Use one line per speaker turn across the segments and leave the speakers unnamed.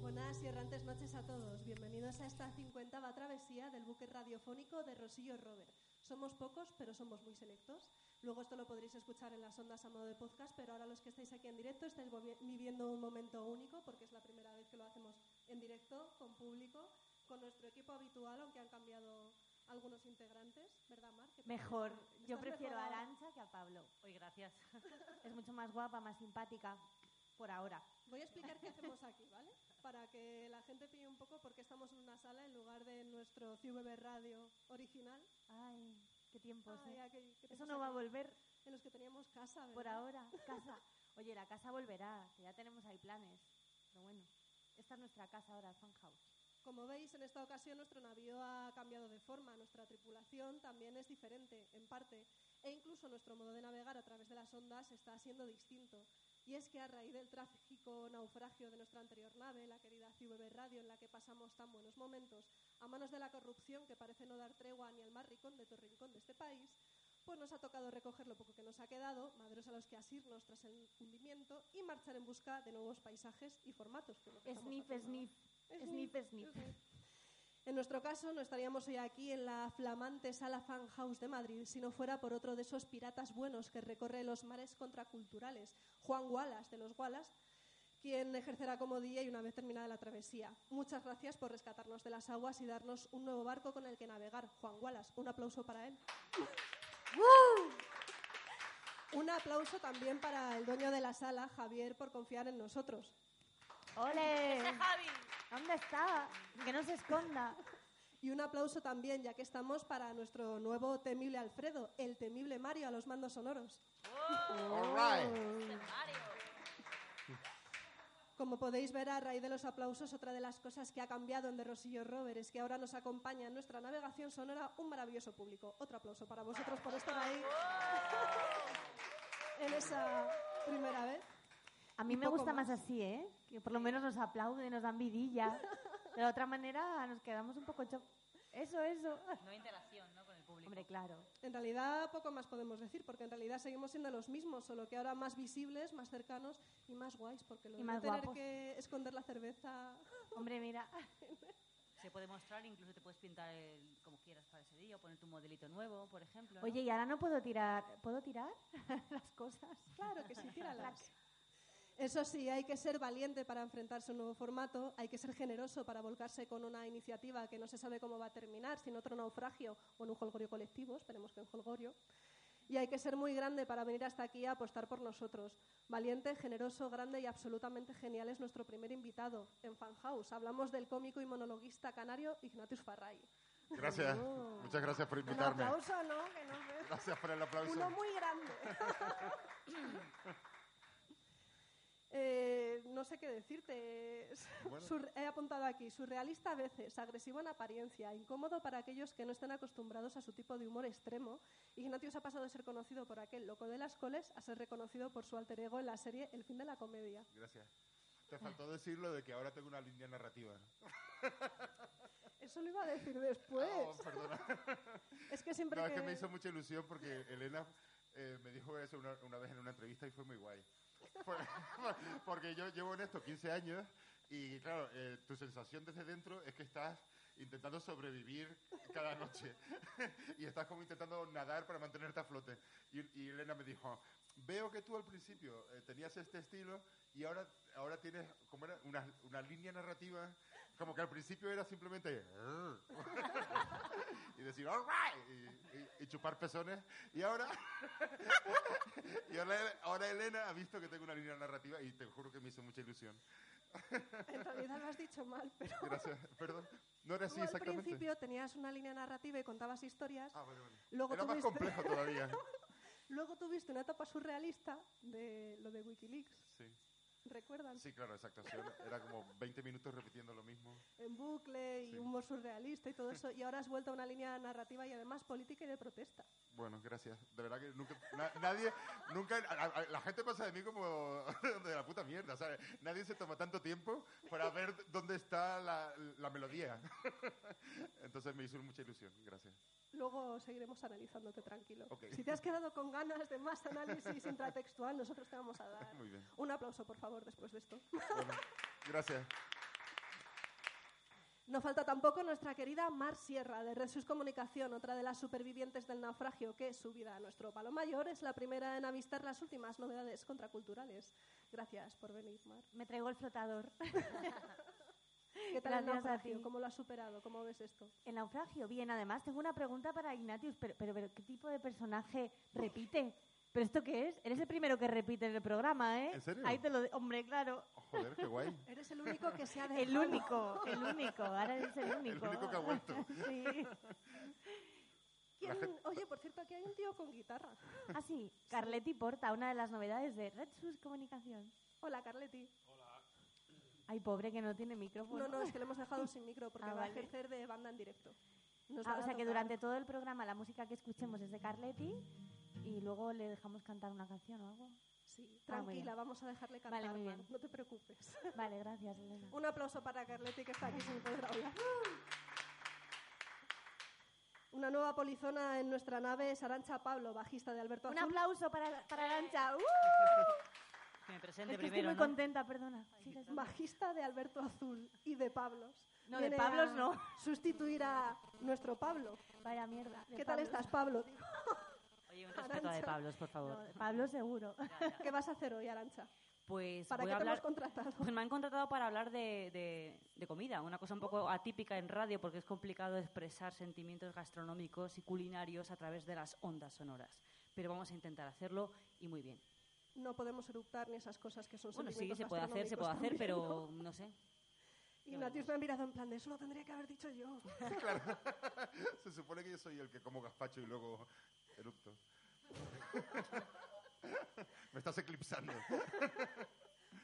buenas y errantes noches a todos. Bienvenidos a esta cincuentava travesía del buque radiofónico de Rosillo Robert. Somos pocos, pero somos muy selectos. Luego esto lo podréis escuchar en las ondas a modo de podcast, pero ahora los que estáis aquí en directo estáis viviendo un momento único porque es la primera vez que lo hacemos en directo, con público, con nuestro equipo habitual, aunque han cambiado algunos integrantes, ¿verdad, Mar? ¿Qué tal?
Mejor. Yo
Estás
prefiero
mejor
a
ahora.
Arancha que a Pablo.
Hoy gracias.
Es mucho más guapa, más simpática, por ahora.
Voy a explicar qué hacemos aquí, ¿vale? Para que la gente pille un poco porque estamos en una sala en lugar de nuestro CVB Radio original,
Ay, qué tiempos,
Ay,
¿eh?
aquel- que te
Eso
pasa
no va a
aquí.
volver
en los que teníamos casa, ¿verdad?
por ahora. Casa. Oye, la casa volverá, que ya tenemos ahí planes. Pero bueno, esta es nuestra casa ahora, Funhouse.
Como veis, en esta ocasión nuestro navío ha cambiado de forma, nuestra tripulación también es diferente, en parte, e incluso nuestro modo de navegar a través de las ondas está siendo distinto. Y es que a raíz del trágico naufragio de nuestra anterior nave, la querida CVB Radio, en la que pasamos tan buenos momentos, a manos de la corrupción que parece no dar tregua ni al más rincón de torrincón de este país, pues nos ha tocado recoger lo poco que nos ha quedado, maderos a los que asirnos tras el hundimiento y marchar en busca de nuevos paisajes y formatos. que es lo que estamos
Sniff,
haciendo
sniff.
ahora.
Sniff, sniff.
En nuestro caso, no estaríamos hoy aquí en la flamante sala Fan House de Madrid si no fuera por otro de esos piratas buenos que recorre los mares contraculturales, Juan Wallace, de los Wallace, quien ejercerá como día y una vez terminada la travesía. Muchas gracias por rescatarnos de las aguas y darnos un nuevo barco con el que navegar. Juan Wallace, un aplauso para él. Un aplauso también para el dueño de la sala, Javier, por confiar en nosotros.
¡Ole!
¡Ese Javi!
¿Dónde está? Que no se esconda.
Y un aplauso también, ya que estamos para nuestro nuevo temible Alfredo, el temible Mario a los mandos sonoros.
All right.
¡Ese Mario!
Como podéis ver a raíz de los aplausos, otra de las cosas que ha cambiado en The Rosillo Rover es que ahora nos acompaña en nuestra navegación sonora un maravilloso público. Otro aplauso para vosotros por estar ahí en esa primera vez.
A mí
Un
me
poco
gusta más.
más.
así, ¿eh? Que por lo menos nos aplauden, nos dan vidilla. De la otra manera nos quedamos un poco... cho- Eso, eso.
No hay interacción, ¿no? Con el público.
Hombre, claro.
En realidad poco más podemos decir, porque en realidad seguimos siendo los mismos, solo que ahora más visibles, más cercanos y más guays, porque lo
Y
de
más
no tener
guapos.
que esconder la cerveza
Hombre, mira.
Se puede mostrar, incluso te puedes pintar el- como quieras para ese día, o ponerte un modelito nuevo, por ejemplo. ¿no?
Oye, y ahora no puedo tirar. ¿Puedo tirar las cosas?
Claro que sí, tíralas. Eso sí, hay que ser valiente para enfrentarse a un nuevo formato, hay que ser generoso para volcarse con una iniciativa que no se sabe cómo va a terminar, sin otro naufragio o en un jolgorio colectivo, esperemos que en jolgorio. Y hay que ser muy grande para venir hasta aquí a apostar por nosotros. Valiente, generoso, grande y absolutamente genial es nuestro primer invitado en Fan House. Hablamos del cómico y monologuista canario Ignatius Farray.
Gracias. Muchas gracias por
Un
invitarme.
aplauso, ¿no? Que no sé.
Gracias por el
Uno
aplauso.
muy grande. Eh, no sé qué decirte. Es-
Bueno.
sur- he apuntado aquí, surrealista a veces, agresivo en apariencia, incómodo para aquellos que no están acostumbrados a su tipo de humor extremo. Ignatius ha pasado de ser conocido por aquel loco de las coles a ser reconocido por su alter ego en la serie El fin de la comedia.
Gracias. Te faltó decir lo de que ahora tengo una línea narrativa.
Eso lo iba a decir después.
Oh, perdona.
es que siempre
No, es
que...
que me hizo mucha ilusión porque Elena eh, me dijo eso una, una vez en una entrevista y fue muy guay. Fue- porque yo llevo en esto 15 años y claro, eh, tu sensación desde dentro es que estás intentando sobrevivir cada noche y estás como intentando nadar para mantenerte a flote. Y, y Elena me dijo, veo que tú al principio eh, tenías este estilo y ahora, ahora tienes como era una, una línea narrativa, como que al principio era simplemente... "Ah", "Arr" y decir all right y, y- y chupar pezones y ahora y ahora, ahora Elena ha visto que tengo una línea narrativa y te juro que me hizo mucha ilusión
En realidad lo has dicho mal, pero...
gracias perdón no era así
Tú al
exactamente
principio tenías una línea narrativa y contabas historias.
ah vale vale
Luego
era más
tuviste-
complejo todavía
Luego tuviste una etapa surrealista de lo de Wikileaks,
sí
¿recuerdan?
sí claro exacto sí, era- era como 20 minutos repitiendo lo mismo
En bucle y
Sí.
humor surrealista y todo eso. Y ahora has vuelto a una línea narrativa y además política y de protesta.
bueno gracias de verdad que nunca na- nadie nunca a- a- la gente pasa de mí como de la puta mierda ¿sabes? nadie se toma tanto tiempo para ver dónde está la, la melodía entonces me hizo mucha ilusión gracias
Luego seguiremos analizándote tranquilo.
Ok.
Si te has quedado con ganas de más análisis intratextual, nosotros te vamos a dar
Muy bien.
un aplauso, por favor, después de esto.
Bueno, gracias.
No falta tampoco nuestra querida Mar Sierra, de Resus Comunicación, otra de las supervivientes del naufragio que, subida a nuestro palo mayor, es la primera en avistar las últimas novedades contraculturales. Gracias por venir, Mar.
Me traigo el flotador.
¿Qué tal el
Gracias a
naufragio?
ti.
¿Cómo lo has superado? ¿Cómo ves esto?
El naufragio, bien. Además, tengo una pregunta para Ignatius. Pero, pero, pero ¿qué tipo de personaje repite? ¿Pero esto qué es? Eres el primero que repite en el programa, ¿eh?
¿En serio?
Ahí te lo... de- Hombre, claro.
Oh, Joder, qué guay.
Eres el único que se ha dejado.
El único, el único. Ahora eres el único.
único que ha vuelto.
Sí.
¿Quién- Oye, por cierto, aquí hay un tío con guitarra.
Ah, sí. Carletti Porta, una de las novedades de Red Sus Comunicación.
Hola, Carleti.
Ay, pobre, que no tiene
No,
micrófono.
no, es que le hemos dejado sin micro porque
Ah,
va
vale.
a ejercer de banda en directo. Nos
Ah,
van
o
a
sea que
tocar-
durante todo el programa la música que escuchemos es de Carletti y luego le dejamos cantar una canción o algo.
Sí,
Ah, muy
tranquila,
bien.
vamos a dejarle cantar,
Vale, muy
Mar,
bien.
no te preocupes.
Vale, gracias, Elena.
Un aplauso para Carletti que está aquí sin poder hablar. Una nueva polizona en nuestra nave es Arancha Pablo, bajista de Alberto
Un
Azul.
aplauso para, para Arancha. ¡Uh!
Que me
Es
presente
que estoy
primero,
muy
¿no?
contenta, perdona. Sigue, sigue.
Bajista de Alberto Azul y de Pablos.
No, de
Viene
Pablos
a
no.
Sustituir a nuestro Pablo.
Vaya mierda. de
¿Qué tal
Pablos.
estás, Pablo? Digo,
Oye, un respeto a de
Arantxa.
Pablos, por favor.
No, de Pablo seguro.
Ya, ya.
¿Qué vas a hacer hoy, Arancha?
Pues
¿Para
voy
qué
a
te hemos
hablar...
contratado?
Pues me han contratado para hablar de, de- de comida, una cosa un poco atípica en radio porque es complicado expresar sentimientos gastronómicos y culinarios a través de las ondas sonoras. Pero vamos a intentar hacerlo y muy bien.
No podemos eruptar ni esas cosas que son
Bueno, sí,
sentimientos
se puede hacer, se puede hacer,
gastronómicos
pero
también,
no sé.
¿no? Y Natius me ha mirado en plan de eso lo tendría que haber dicho yo.
Se supone que yo soy el que como gazpacho y luego erupto. Me estás eclipsando.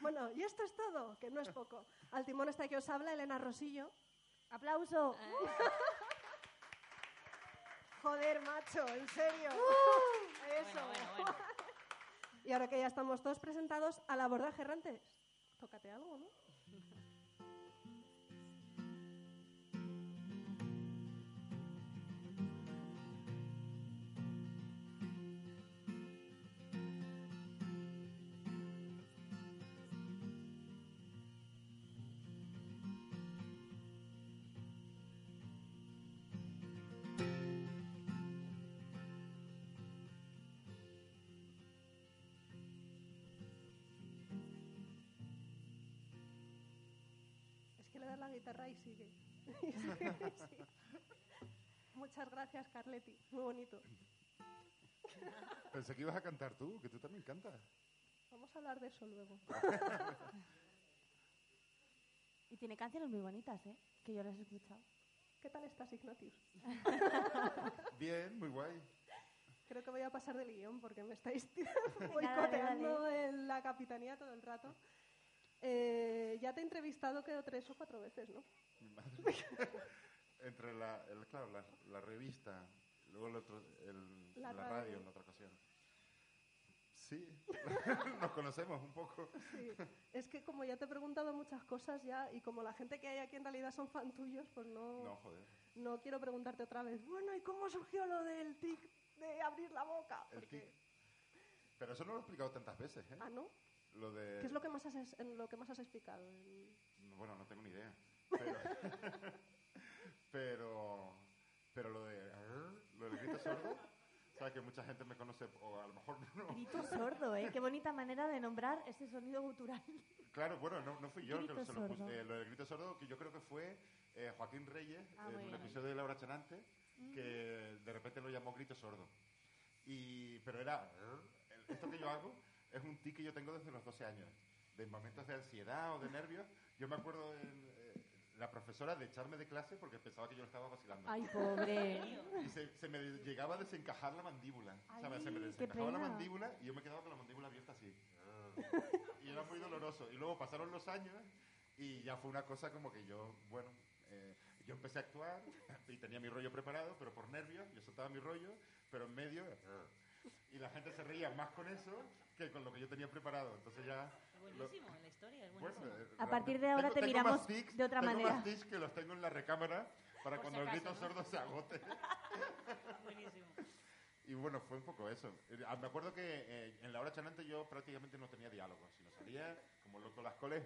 Bueno, y esto es todo, que no es poco. Al timón está que os habla Elena Rosillo.
¡Aplauso!
Joder, macho, en serio. Eso.
Bueno, bueno, bueno.
¡Uh! Y ahora que ya estamos todos presentados al abordaje errante. Tócate algo, ¿no? Es que le das la guitarra y sigue. Y sigue, y sigue. Muchas gracias, Carletti. Muy bonito.
Pensé que ibas a cantar tú, que tú también cantas.
Vamos a hablar de eso luego.
Y tiene canciones muy bonitas, ¿eh? Que yo las he escuchado.
¿Qué tal estás, Ignatius?
Bien, muy guay.
Creo que voy a pasar del guión porque me estáis
Dale,
boicoteando en la capitanía todo el rato. Eh, ya te he entrevistado, creo, tres o cuatro veces, ¿no?
Mi madre. Entre la, el- claro, la, la revista, luego el otro- el-
La
la,
radio.
radio. en otra ocasión. Sí, nos conocemos un poco.
Sí. Es que como ya te he preguntado muchas cosas ya y como la gente que hay aquí en realidad son fan tuyos, pues no,
No,
no.
joder.
quiero preguntarte otra vez. Bueno, ¿y cómo surgió lo del tic de abrir la boca?
El
Porque-
tic. ¿eh? Pero eso no lo he explicado tantas veces, ¿eh?
Ah, ¿no?
Lo de...
¿Qué es lo que más has, es- en lo que más has explicado? El-
No, Bueno, no tengo ni idea. Pero, pero, pero lo de "Arr", lo del grito sordo, sabes que mucha gente me conoce, o a lo mejor no.
Grito sordo, ¿eh? Qué bonita manera de nombrar ese sonido gutural.
Claro, bueno, no, no fui yo el que
Grito
se lo puse.
sordo.
Eh, lo del grito sordo, que yo creo que fue eh, Joaquín Reyes,
Ah,
en un
bueno.
episodio de Laura Chanante, que de repente lo llamó grito sordo. Y, pero era, "Arr". El- esto que yo hago es un tic que yo tengo desde los 12 años. De momentos de ansiedad o de nervios, yo me acuerdo en, eh, la profesora de echarme de clase porque pensaba que yo lo estaba vacilando.
Ay, pobre.
Y se, se me llegaba a desencajar la mandíbula. o sea,
Ay,
me- se me
qué
desencajaba la
pena.
mandíbula y yo me quedaba con la mandíbula abierta así. Y era muy doloroso. Y luego pasaron los años y ya fue una cosa como que yo, bueno, eh, yo empecé a actuar y tenía mi rollo preparado, pero por nervios, yo soltaba mi rollo, pero en medio... Y la gente se reía más con eso que con lo que yo tenía preparado. Entonces ya...
Es
lo-
buenísimo, la historia es
bueno,
buenísima.
eh,
A partir de
realmente-
ahora te miramos
más tics,
de otra
tengo
manera.
más tics que los tengo en la recámara para
Por
cuando
si
el grito
acaso,
sordo se agote.
buenísimo.
Y bueno, fue un poco eso. Eh, ah, Me acuerdo que eh, en la hora chanante yo prácticamente no tenía diálogo, sino salía como loco a las coles.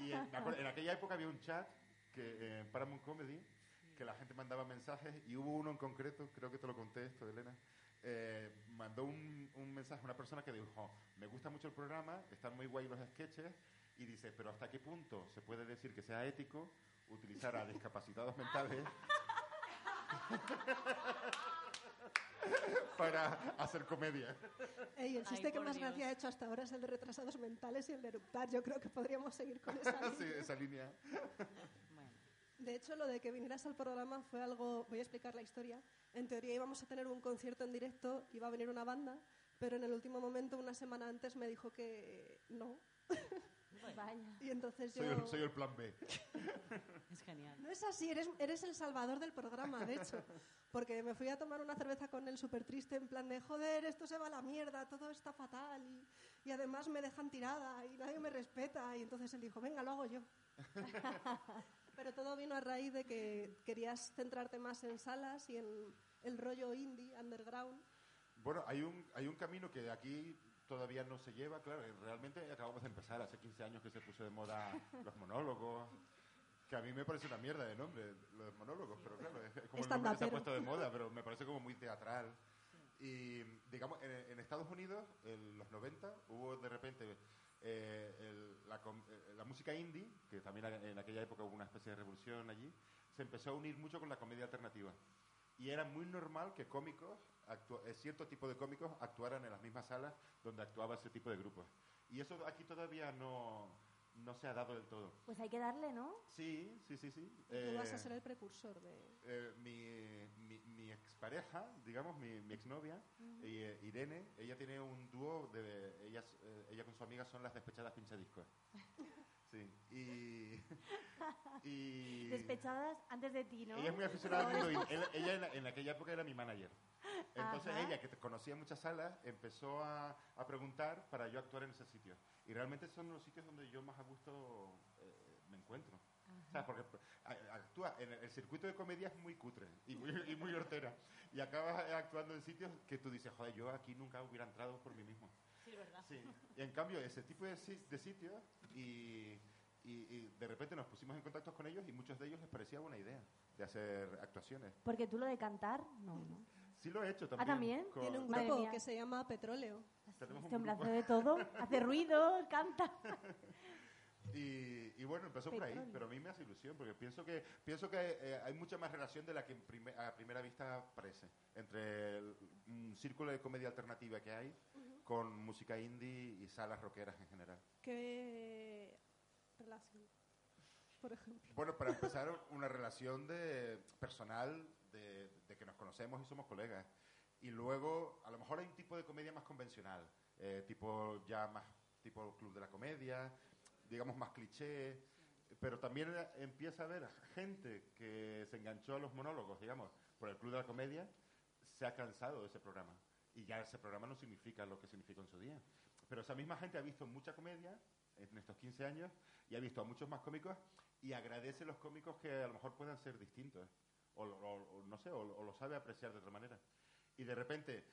Y en, me acuerdo- en aquella época había un chat que eh, en Paramount Comedy, que la gente mandaba mensajes y hubo uno en concreto, creo que te lo conté esto, Elena, eh, mandó un, un mensaje a una persona que dijo, me gusta mucho el programa, están muy guay los sketches, y dice, pero ¿hasta qué punto se puede decir que sea ético utilizar a discapacitados mentales para hacer comedia?
Ey, el
Ay,
chiste que
por
más
Dios.
gracia ha hecho hasta ahora es el de retrasados mentales y el de eructar. Yo creo que podríamos seguir con esa
sí,
línea.
esa línea.
Bueno,
De hecho, lo de que vinieras al programa fue algo... Voy a explicar la historia. En teoría íbamos a tener un concierto en directo, iba a venir una banda, pero en el último momento, una semana antes, me dijo que no.
Vaya.
Y entonces yo...
Soy, el- soy el plan B.
es genial.
No es así, eres, eres el salvador del programa, de hecho. Porque me fui a tomar una cerveza con él súper triste, en plan de joder, esto se va a la mierda, todo está fatal y, y además me dejan tirada y nadie me respeta. Y entonces él dijo, venga, lo hago yo. Pero todo vino a raíz de que querías centrarte más en salas y en el rollo indie, underground.
Bueno, hay un, hay un camino que aquí todavía no se lleva, claro, que realmente acabamos de empezar, hace 15 años que se puso de moda los monólogos, que a mí me parece una mierda de nombre, los monólogos, pero claro, es como el nombre que se
Estandapero.
ha puesto de moda, pero me parece como muy teatral. Y digamos, en, en Estados Unidos, en los 90, hubo de repente eh, el- la, com- eh, la música indie, que también a- en aquella época hubo una especie de revolución allí, se empezó a unir mucho con la comedia alternativa. Y era muy normal que cómicos, actua- eh, cierto tipo de cómicos, actuaran en las mismas salas donde actuaba ese tipo de grupos. Y eso aquí todavía no, no se ha dado del todo.
Pues hay que darle, ¿no?
Sí, sí, sí, sí.
Tú vas
Eh,
a ser el precursor de...
eh, mi, mi, mi expareja, digamos, mi, mi exnovia, y, eh, Irene, ella tiene un dúo de... Ellas, eh, ella con su amiga son las despechadas pinchadiscos. Sí, y... y
Despechadas antes de ti, ¿no?
Ella es muy aficionada al mundo indie. Él- Ella en, en aquella época era mi manager. Entonces
Ajá.
ella, que te- conocía muchas salas, empezó a, a preguntar para yo actuar en ese sitio. Y realmente son los sitios donde yo más a gusto eh, me encuentro. O sea, porque a- actúa en el, el circuito de comedia es muy cutre y muy, y muy hortera. Y acabas eh, actuando en sitios que tú dices, joder, yo aquí nunca hubiera entrado por mí mismo.
Sí, verdad.
Sí, y en cambio ese tipo de, si- de sitios y, y- y de repente nos pusimos en contacto con ellos y muchos de ellos les parecía buena idea de hacer actuaciones.
Porque tú lo de cantar, no, no.
Sí lo he hecho también.
también?
con-
Ah, Tiene un
Madre
grupo
mía.
que se llama Petróleo.
Tenemos
Este
un
hombre
grupo.
hace de todo, hace ruido, canta.
Y, y bueno, empezó por ahí,
Petróleo.
pero a mí me hace ilusión porque pienso que pienso que eh, hay mucha más relación de la que en prime- a primera vista parece entre el mm, círculo de comedia alternativa que hay con música indie y salas rockeras en general.
¿Qué relación? Por ejemplo.
Bueno, para empezar, una relación de personal, de, de que nos conocemos y somos colegas. Y luego, a lo mejor hay un tipo de comedia más convencional, eh, tipo ya más, tipo club de la comedia, digamos más cliché, pero también eh, empieza a haber gente que se enganchó a los monólogos, digamos, por el club de la comedia, se ha cansado de ese programa. Y ya ese programa no significa lo que significó en su día. Pero esa misma gente ha visto mucha comedia en estos 15 años y ha visto a muchos más cómicos y agradece los cómicos que a lo mejor puedan ser distintos ¿eh? o, lo- o- o no sé o, lo- o lo sabe apreciar de otra manera y de repente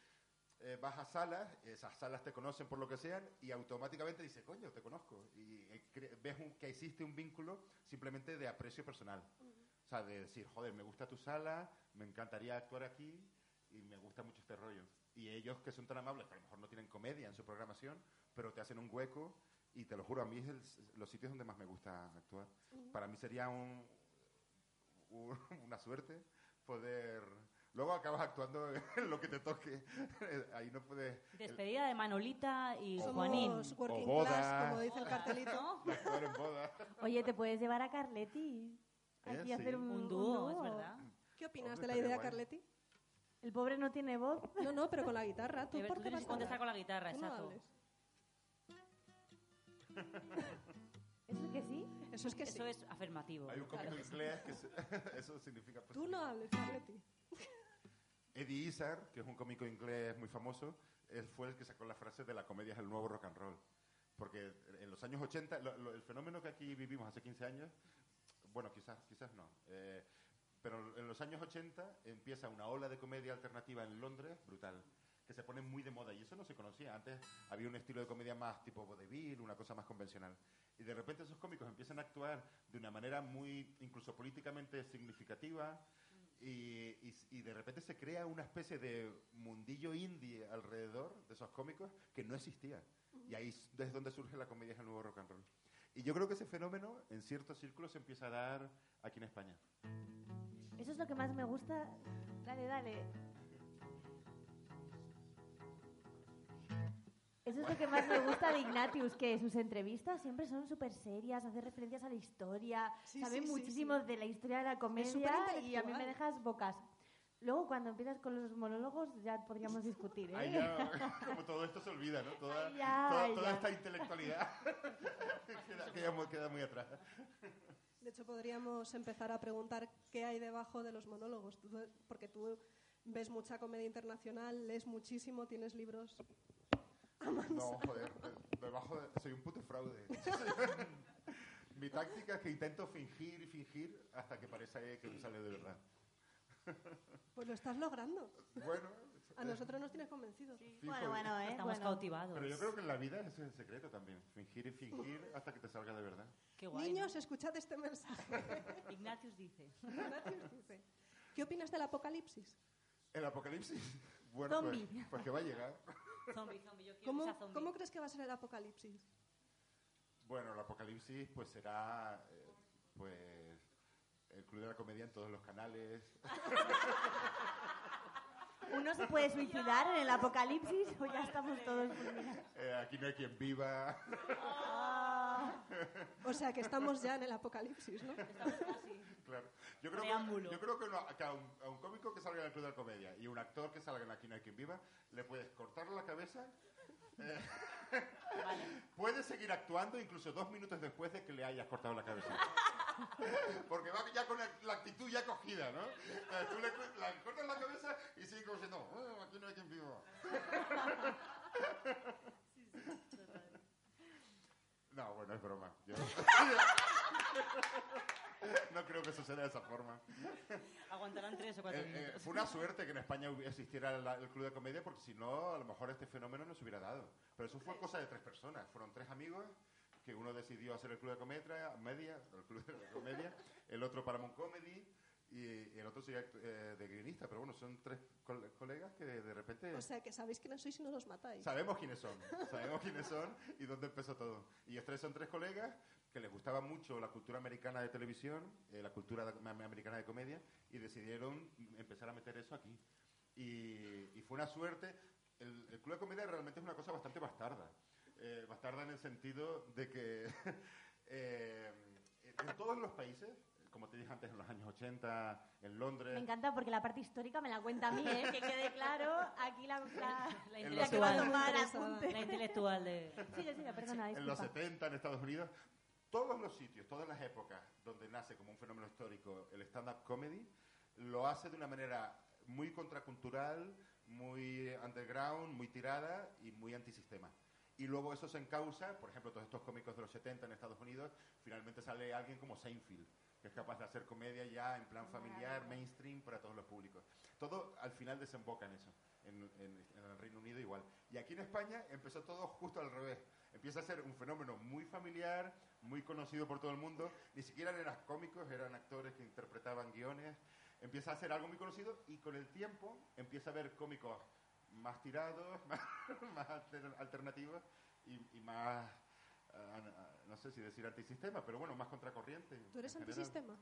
eh, vas a salas esas salas te conocen por lo que sean y automáticamente dices coño te conozco y eh, cre- ves un- que existe un vínculo simplemente de aprecio personal o sea de decir joder me gusta tu sala me encantaría actuar aquí y me gusta mucho este rollo y ellos que son tan amables que a lo mejor no tienen comedia en su programación pero te hacen un hueco y te lo juro, a mí es el- los sitios donde más me gusta actuar. Para mí sería un, un- una suerte poder... Luego acabas actuando en lo que te toque. Ahí no puedes...
Despedida de Manolita y
Somos-
Juanín.
Somos working
O bodas.
class, como dice el cartelito.
actuar en boda.
Oye, te puedes llevar a Carletti.
Eh,
Aquí
sí.
a hacer un,
Un dúo, es
dúo.
verdad.
¿Qué opinas
Hombre,
de la
estaría
idea,
guay.
Carletti?
El pobre no tiene voz.
No, no, pero con la guitarra. ¿Tú
Tú,
por qué
tienes
vas
que
a
contestar con
hablar?
la guitarra,
Tú no
exacto.
hables.
¿Eso que sí?
Eso es que sí.
Eso es afirmativo.
Hay un cómico inglés que se- eso significa... pues,
Tú no hables, Carletti.
Eddie Izzard, que es un cómico inglés muy famoso, él fue el que sacó la frase de la comedia es el nuevo rock and roll. Porque en los años 80, lo- lo- el fenómeno que aquí vivimos hace 15 años, bueno, quizás, quizás no, eh, pero en los años 80 empieza una ola de comedia alternativa en Londres brutal. que se ponen muy de moda y eso no se conocía. Antes había un estilo de comedia más tipo vodevil, una cosa más convencional. Y de repente esos cómicos empiezan a actuar de una manera muy, incluso políticamente significativa y, y- y de repente se crea una especie de mundillo indie alrededor de esos cómicos que no existía. Y ahí es desde donde surge la comedia es el nuevo rock and roll. Y yo creo que ese fenómeno en ciertos círculos se empieza a dar aquí en España.
Eso es lo que más me gusta. Dale, dale. Eso es lo que más me gusta de Ignatius, que sus entrevistas siempre son súper serias, hace referencias a la historia,
Sí,
sabe
sí, sí,
muchísimo de la historia de la comedia y a mí me
superintelectual.
dejas bocas. Luego, cuando empiezas con los monólogos, ya podríamos discutir, ¿eh?
Ahí ya, como todo esto se olvida, ¿no? Toda,
Ay, ya,
toda-
ay,
toda
ya.
esta intelectualidad queda, queda muy, queda muy atrás.
De hecho, podríamos empezar a preguntar qué hay debajo de los monólogos, Tú- porque tú ves mucha comedia internacional, lees muchísimo, tienes libros.
No, joder, de- debajo de- soy un puto fraude. Mi táctica es que intento fingir y fingir hasta que parece que me sale de verdad.
Pues lo estás logrando.
Bueno,
A nosotros nos tienes convencidos.
fijo.
Bueno, bueno, ¿eh?
Estamos
bueno.
cautivados.
Pero yo creo que en la vida eso es el secreto también. Fingir y fingir hasta que te salga de verdad.
Qué guay, ¿no?
Niños, escuchad este mensaje.
Ignatius dice.
Ignatius dice, ¿Qué opinas del apocalipsis?
El apocalipsis, bueno, pues,
Zombie.
pues que va a llegar.
Zombie, zombie, yo quiero
¿Cómo,
que sea zombie.
cómo crees que va a ser el apocalipsis?
Bueno, el apocalipsis pues será eh, pues el club de la comedia en todos los canales.
Uno se puede suicidar en el apocalipsis o ya estamos todos fulminados.
Eh, aquí no hay quien viva.
O sea, que estamos ya en el apocalipsis, ¿no?
Estamos casi.
Claro. Yo creo, que,
Preámbulo.
yo creo que, no- que a, un, a un cómico que salga en el Club de la Comedia y un actor que salga en Aquí no hay quien viva, le puedes cortar la cabeza,
Vale.
puede seguir actuando incluso dos minutos después de que le hayas cortado la cabeza. Porque va ya con la actitud ya cogida, ¿no? Eh, Tú le, cu- le cortas la cabeza y sigue como diciendo, "Oh, aquí no hay quien viva. No, bueno, es broma. Yo- no creo que suceda de esa forma.
Aguantarán tres o
Eh,
cuatro
eh,
minutos.
fue una suerte que en España hubi- existiera la- el Club de Comedia porque si no, a lo mejor este fenómeno no se hubiera dado. Pero eso fue cosa de tres personas. Fueron tres amigos que uno decidió hacer el Club de Comedia, media, el Club de la Comedia, el otro Paramount Comedy y, y el otro sigue act- eh, de guionista. Pero bueno, son tres col- colegas que de repente...
O sea, que sabéis quiénes sois y no los matáis.
Sabemos quiénes son, sabemos quiénes son y dónde empezó todo. Y ellos tres son tres colegas que les gustaba mucho la cultura americana de televisión, eh, la cultura de- am- americana de comedia, y decidieron empezar a meter eso aquí. Y, y fue una suerte. El, el club de comedia realmente es una cosa bastante bastarda. Eh, bastarda en el sentido de que eh, en todos los países, como te dije antes, en los años 80, en
Me
Londres,
encanta porque la parte histórica me la cuenta a mí, ¿eh? que quede claro, aquí la, la,
La
En
la que va a tomar
interesada.
apunte.
La intelectual de...
Sigue, sigue, perdona,
en los
disculpa.
70 en Estados Unidos, todos los sitios, todas las épocas donde nace como un fenómeno histórico el stand-up comedy, lo hace de una manera muy contracultural, muy underground, muy tirada y muy antisistema. Y luego eso se encausa, por ejemplo, todos estos cómicos de los 70 en Estados Unidos, finalmente sale alguien como Seinfeld, que es capaz de hacer comedia ya en plan familiar, mainstream, para todos los públicos. Todo al final desemboca en eso, en, en- en el Reino Unido igual. Y aquí en España empezó todo justo al revés. Empieza a ser un fenómeno muy familiar, muy conocido por todo el mundo. Ni siquiera eran cómicos, eran actores que interpretaban guiones. Empieza a ser algo muy conocido y con el tiempo empieza a haber cómicos más tirados, más, más alter- alternativos y, y más, ah, ah, no sé si decir antisistema, pero bueno, más contracorriente.
¿Tú eres
en general.
antisistema?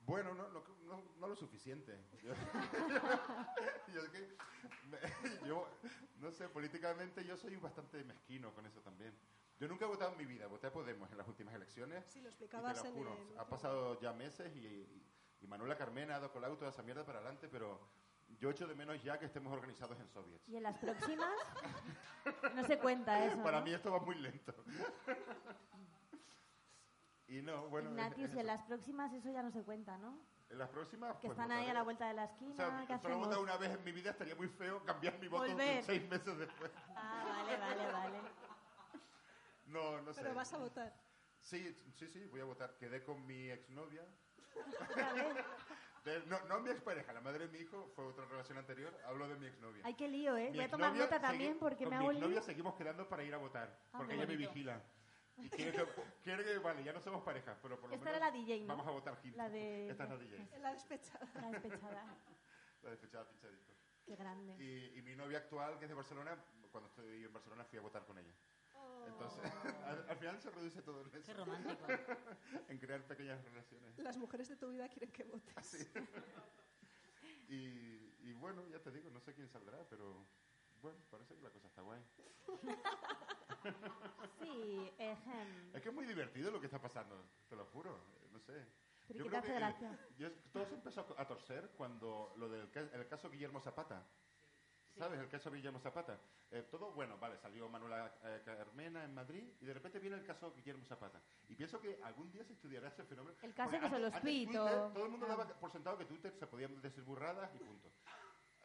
Bueno, no, no, no, no lo suficiente. Yo, yo es que me- yo, no sé, políticamente yo soy bastante mezquino con eso también. Yo nunca he votado en mi vida, voté a Podemos en las últimas elecciones.
Sí, lo
y te lo
explicabas en
juro,
el...
ha pasado ya meses y, y, y Manuela Carmena ha dado colau toda esa mierda para adelante, pero yo echo de menos ya que estemos organizados en soviets.
Y en las próximas no se cuenta eso.
Para
¿no?
mí esto va muy lento. y no, bueno. es-
Ignatius,
es
y en
eso.
las próximas eso ya no se cuenta, ¿no?
En las próximas.
Que
pues,
están ahí a la
votaré.
vuelta de la
O sea,
esquina, ¿qué
solo he
hacemos?
votado una vez en mi vida, estaría muy feo cambiar mi voto
Volver.
seis meses después.
Ah, vale, vale, vale.
No, no sé.
Pero vas a votar.
Sí, sí, sí, voy a votar. Quedé con mi exnovia. De- no, no mi expareja, la madre de mi hijo fue otra relación anterior, hablo de mi exnovia.
Ay, qué lío, ¿eh?
Mi
Voy a tomar
exnovia
nota
segui-
también porque
con
me
mi
hago el
exnovia
lío.
seguimos quedando para ir a votar,
Ah,
porque
qué
ella me
bonito.
vigila. Y quiere que, quiere que- vale, ya no somos pareja, pero por lo
Esta
menos
era la DJ, ¿no?
vamos a votar Gil.
La de-
Esta es la DJ,
En la despecha.
La despechada.
la de fechada pinchadito.
Qué grande.
Y, y mi novia actual, que es de Barcelona, cuando estoy en Barcelona fui a votar con ella. Entonces, al, al final se reduce todo en
Qué
eso,
romántico.
en crear pequeñas relaciones.
Las mujeres de tu vida quieren que votes.
Ah, Y, y bueno, ya te digo, no sé quién saldrá, pero bueno, parece que la cosa está guay.
Sí, eh, ejem.
Es que es muy divertido lo que está pasando, te lo juro, eh, no sé.
Pero ¿qué te hace gracia?
yo- todo se empezó a co- a torcer cuando lo del ca- el caso Guillermo Zapata. ¿Sabes? El caso Guillermo Zapata. Eh, todo, bueno, vale, salió Manuela eh, Carmena en Madrid y de repente viene el caso Guillermo Zapata. Y pienso que algún día se estudiará ese fenómeno.
El caso
Porque
que son
antes-
los
antes Twitter,
tuitos.
Todo el mundo
Ah.
daba por sentado que Twitter se podían decir burradas y punto.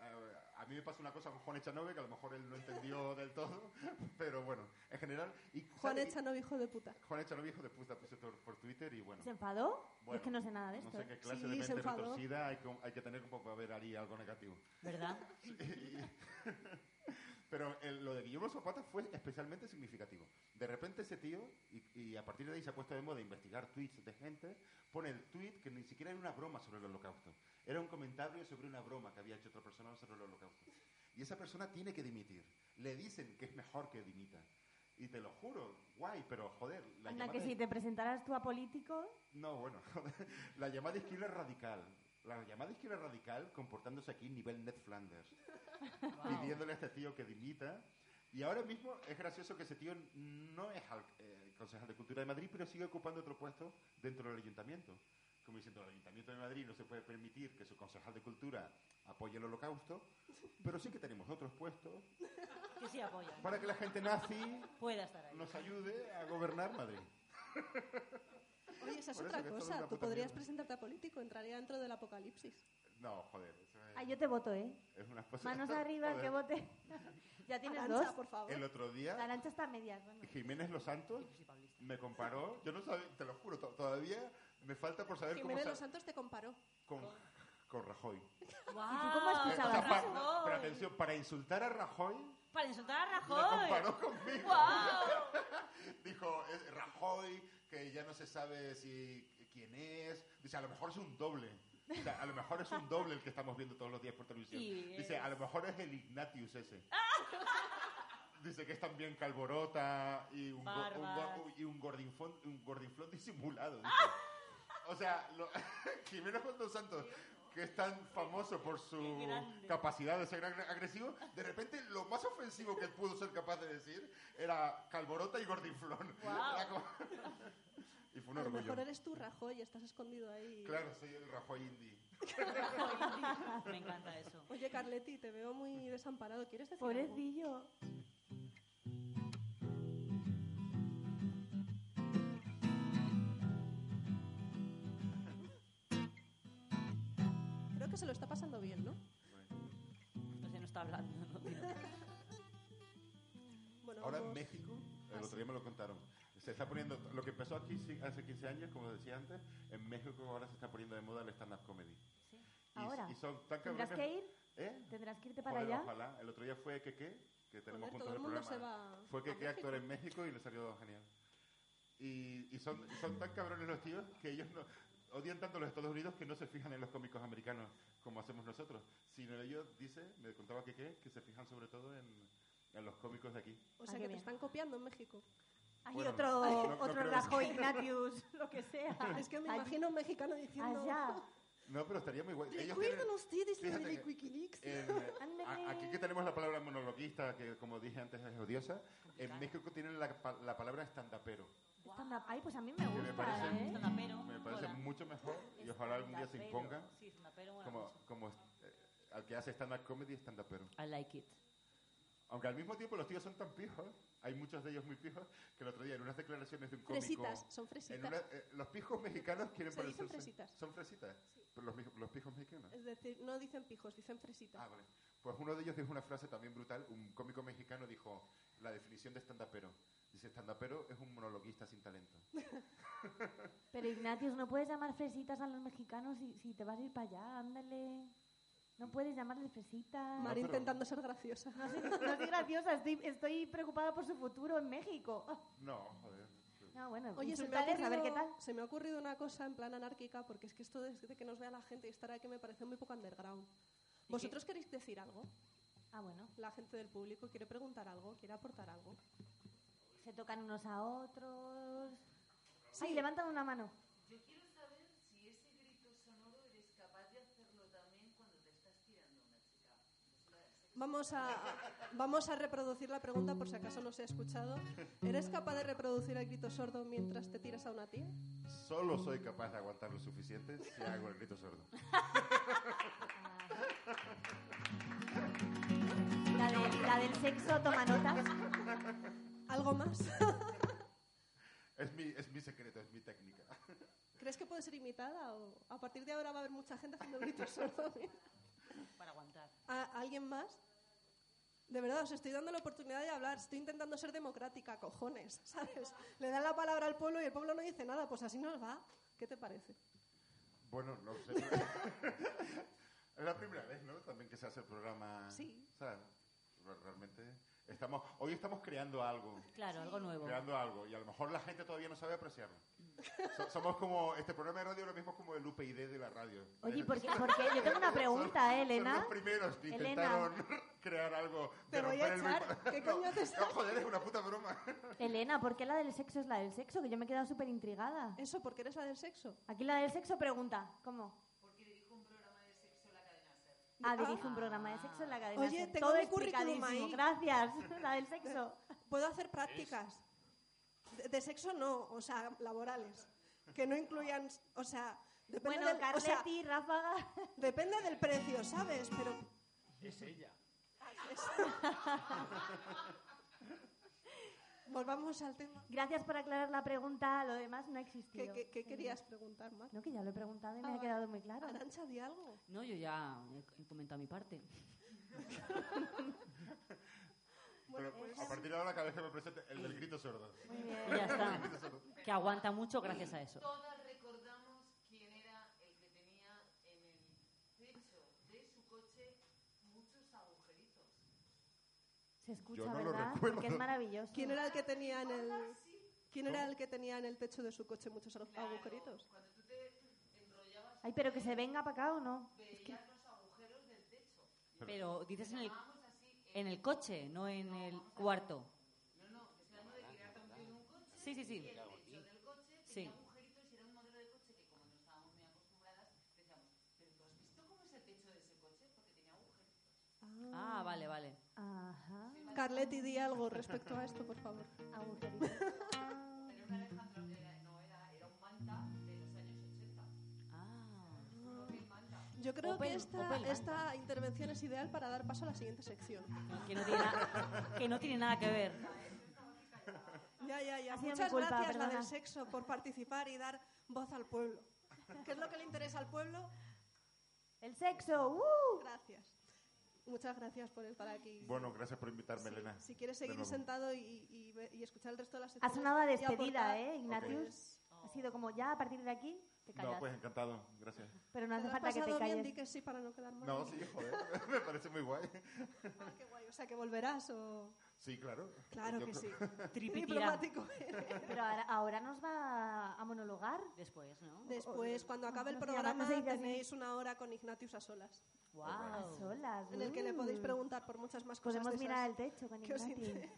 Eh, a mí me pasa una cosa con Juan Echanove que a lo mejor él no entendió del todo, pero bueno, en general. Y,
Juan
¿sabes?
Echano, hijo de puta.
Juan Echanove, hijo de puta, puse por, por Twitter y bueno.
¿Se enfadó? Yo
bueno,
es que no sé nada de esto.
No sé
¿eh?
qué clase
Sí,
de
se
mente
enfadó.
retorcida hay que, hay que tener como para ver ahí algo negativo.
¿Verdad?
Pero el- lo de Guillermo Zapata fue especialmente significativo. De repente ese tío, y, y a partir de ahí se ha puesto de moda investigar tweets de gente, pone el tweet que ni siquiera era una broma sobre el holocausto. Era un comentario sobre una broma que había hecho otra persona sobre el holocausto. Y esa persona tiene que dimitir. Le dicen que es mejor que dimita. Y te lo juro, guay, pero joder. La
Anda,
llamada
que
es-
si te presentaras tú a político,
No, bueno, joder. La llamada izquierda radical. La llamada izquierda radical comportándose aquí nivel Ned Flanders. Pidiéndole a este tío que dimita. Y ahora mismo es gracioso que ese tío no es al- eh, concejal de Cultura de Madrid, pero sigue ocupando otro puesto dentro del ayuntamiento. Como diciendo, el ayuntamiento de Madrid no se puede permitir que su concejal de Cultura apoye el holocausto, pero sí que tenemos otros puestos
Que sí apoya.
¿eh?
para que la gente nazi
Pueda estar ahí.
nos ayude a gobernar Madrid.
Oye, esa es
Por eso
otra
que esto es
cosa.
una
Tú
puta
podrías
mierda.
presentarte a político, entraría dentro del apocalipsis.
No, joder. eso es-
ah, yo te voto, ¿eh?
Es una cosa-
Manos arriba,
Joder.
que vote. ya tienes
Arancha,
dos.
por favor.
El otro
La
día,
lancha está a medias. Bueno.
Jiménez Los Santos me comparó. Yo no sabía, te lo juro, to- todavía me falta por saber
Jiménez
cómo
Los
sa-
Santos te comparó.
con, con Rajoy.
Guau.
¿Y tú cómo
Eh, o sea,
escuchabas?
pa-
Rajoy.
pero atención, para insultar a Rajoy,
Para insultar a
lo comparó
Rajoy.
conmigo.
Guau.
Dijo, "Es Rajoy, que ya no se sabe si quién es. Dice, a lo mejor es un doble. O sea, a lo mejor es un doble el que estamos viendo todos los días por televisión.
Y
Dice,
es.
a lo mejor es el Ignatius ese. Dice que es también calborota y un, go- un
Bárbara.
go- y un gordinflón, un gordinflón disimulado. dice. O sea, lo, Jimeno Juan dos Santos, que es tan famoso por su
Qué grande.
capacidad de ser agre- agresivo, de repente lo más ofensivo que él pudo ser capaz de decir era calborota y gordinflón.
Guau.
Era como- y fue un
a lo
orgullo.
mejor eres tú, Rajoy, y estás escondido ahí.
Claro, soy el Rajoy indie.
Me encanta eso.
Oye, Carletti, te veo muy desamparado. ¿Quieres decir algo?
Pobrecillo.
Creo que se lo está pasando bien, ¿no?
No sé, no está hablando. ¿Eh? ¿no?
Bueno,
Ahora en
vamos-
México,
Ah,
el otro día me lo contaron, se está poniendo, lo que empezó aquí sí, hace 15 años, como decía antes, en México ahora se está poniendo de moda el stand-up comedy.
Sí.
Y-
Ahora.
Y son tan
¿Tendrás
cabrones...
que ir?
¿Eh?
¿Tendrás que irte para
Joder,
allá?
Ojalá. El otro día fue que qué, que tenemos
Joder,
juntos
todo el
el
mundo
programa.
se va
Fue que
a
qué actor
México.
en México y le salió genial. Y, y son, y son tan cabrones los tíos que ellos no, odian tanto a los Estados Unidos que no se fijan en los cómicos americanos como hacemos nosotros. Sino ellos, dice, me contaba que qué, que se fijan sobre todo en, en los cómicos de aquí.
O
Ah,
sea
qué
que te
bien.
están copiando en México.
Hay
Bueno,
otro,
no- no
otro
creo que-
Rajoy, Ignatius, lo que sea.
Ah.
Es que me
Allí-
imagino un mexicano diciendo...
Allá.
No, pero estaría muy guay. Ellos
Recuerda
tienen-
los CDs de
fíjate que-
Wikileaks.
en- a-
Ándale.
aquí que tenemos la palabra monologuista, que como dije antes es odiosa, en México tienen la, pa- la palabra estandapero.
Stand-up. Ay, pues a mí me
me
gusta,
parece-
¿eh?
Está tapero.
Me parece
Mola.
mucho mejor y ojalá algún día se
Tapero.
imponga
Sí, es un tapero, mola
como,
mucho.
como eh, al que hace stand-up comedy, stand-up pero.
I like it.
Aunque al mismo tiempo los tíos son tan pijos, hay muchos de ellos muy pijos, que el otro día en unas declaraciones de un cómico...
Fresitas, son
en una-
fresitas.
eh, los pijos mexicanos quieren
Se dicen
parecerse-
fresitas.
Son fresitas, pero los, mij- los pijos mexicanos.
Es decir, no dicen pijos, dicen fresitas.
Ah, vale. Pues uno de ellos dijo una frase también brutal. Un cómico mexicano dijo la definición de stand-upero. Dice, estandapero es un monologuista sin talento.
Pero Ignatius, ¿no puedes llamar fresitas a los mexicanos si, si te vas a ir para allá? Ándale. No puedes llamarles fresitas.
Mar
pero-
intentando ser graciosa.
No soy, no soy graciosa, estoy, estoy preocupada por su futuro en México.
No, joder.
No, bueno,
Oye, se me, ha ocurrido,
insultales, pues a ver qué tal.
se me ha ocurrido una cosa en plan anárquica, porque es que esto de, de que nos vea la gente y estar aquí me parece muy poco underground. ¿Vosotros queréis decir algo?
Ah, bueno.
La gente del público quiere preguntar algo, quiere aportar algo.
Se tocan unos a otros.
Sí.
Ay, levantan una mano.
Yo quiero saber si ese grito sonoro eres capaz de hacerlo también cuando te estás tirando a una chica.
Vamos a, vamos a reproducir la pregunta por si acaso no se ha escuchado. ¿Eres capaz de reproducir el grito sordo mientras te tiras a una tía?
Solo soy capaz de aguantar lo suficiente si hago el grito sordo.
La, de- la del sexo toma notas.
¿Algo más?
Es mi, es mi secreto, es mi técnica.
¿Crees que puede ser imitada o a partir de ahora va a haber mucha gente haciendo gritos sordos?
Para aguantar.
¿A- ¿Alguien más? De verdad, os estoy dando la oportunidad de hablar. Estoy intentando ser democrática, cojones, ¿sabes? Le dan la palabra al pueblo y el pueblo no dice nada. Pues así nos va. ¿Qué te parece?
Bueno, no sé. pero- es la primera vez, ¿no? También que se hace el programa.
Sí.
O sea, re- realmente estamos, hoy estamos creando algo.
Claro, algo nuevo.
Creando algo. Y a lo mejor la gente todavía no sabe apreciarlo.
Mm.
So- somos como, este programa de radio lo mismo es como el UPID de la radio.
Oye,
Eh,
¿por qué? Porque yo tengo una pregunta, ¿eh,
Son
Elena.
los primeros que
Elena.
intentaron crear algo. de
Te voy a
romper el
echar.
micro-
¿Qué coño te
No,
está?
joder, es una puta broma.
Elena, ¿por qué la del sexo es la del sexo? Que yo me he quedado súper intrigada.
Eso, porque eres la del sexo.
Aquí la del sexo pregunta, ¿cómo?
Porque dirijo un programa de sexo en la cadena SER.
Ah,
Ah.
dirijo un programa de sexo en la cadena.
Oye,
SER.
tengo
Todo
mi currículum
explicadísimo.
ahí.
Gracias, la del sexo.
Puedo hacer prácticas. De, de sexo no, o sea, laborales. Que no incluyan, o sea, depende,
Bueno,
del, o sea,
Carletti, Ráfaga.
depende del precio, ¿sabes? Pero
Es ella.
volvamos al tema.
Gracias por aclarar la pregunta, lo demás no ha
¿Qué,
existido.
qué- qué querías preguntar, Mar?
No, que ya lo he preguntado y
Ah,
me ha
vale.
quedado muy claro.
Arancha, di algo.
No, yo ya he comentado mi parte.
Bueno,
Pero
pues-
a partir de ahora, cada vez que me presente, el del grito sordo.
Muy bien.
Y ya está. Que aguanta mucho gracias a eso.
Todas recordamos quién era el que tenía en el techo de su coche muchos agujeritos.
Se escucha,
no lo
¿verdad?
recuerdo.
Porque es maravilloso.
¿Quién era el que tenía en el quién era el que tenía en el techo de su coche muchos agu-
Claro,
agujeritos?
Cuando tú te enrollabas,
Ay, pero que se venga para acá o no.
veías los agujeros del techo.
Pero dices en el,
Llamábamos así,
en el coche, no en el cuarto.
no, no, te estoy hablando de que era campeón en un coche.
Sí, sí, sí.
Y el techo del coche
Sí.
tenía agujeritos y era un modelo de coche que como no estábamos muy acostumbradas, decíamos, pero tú has visto cómo es el techo de ese coche porque tenía agujeritos.
Ah, vale, vale.
Ajá.
Carletti, di algo respecto a esto, por favor.
Agujerito.
Era un Alejandro, era- no, era, era un manta de los años 80.
Ah.
Uno que manta.
Yo creo
Opel-
que esta,
Opel
esta intervención es ideal para dar paso a la siguiente sección.
No, que, no tiene na- que no tiene nada que ver.
Ya, ya, ya.
Ha sido
Muchas
mi culpa,
gracias, la
perdona.
del sexo, por participar y dar voz al pueblo. ¿Qué es lo que le interesa al pueblo?
El sexo, ¡uh!
Gracias. Muchas gracias por estar aquí.
Bueno, gracias por invitarme,
Sí,
Elena.
Si quieres
de
seguir
nuevo.
sentado y, y ve- y escuchar el resto de las
Ha
secciones
sonado a
y
despedida,
aportar,
¿eh, Ignatius?
pues,
Ha sido como ya a partir de aquí te callas.
No, pues encantado, gracias.
Pero no
¿te lo
hace
has
falta que te
pasado bien?
calles.
Di que sí para no quedar mal.
No, sí, joder, me parece muy guay.
Ah, qué guay. O sea, que volverás o...
Sí, claro.
Claro
Pues Yo
que
creo-
sí. Qué
Tripitira.
diplomático eres.
Pero ahora, ahora nos va a monologar.
Pues
Después, ¿no?
Después, cuando acabe el
No sé, ahora no
programa,
se dice así.
tenéis una hora con Ignatius a solas,
Pues
A
Wow.
solas.
en el que le
uh.
podéis preguntar por muchas más cosas.
Podemos
de esas.
mirar el techo con
que os
Ignatius.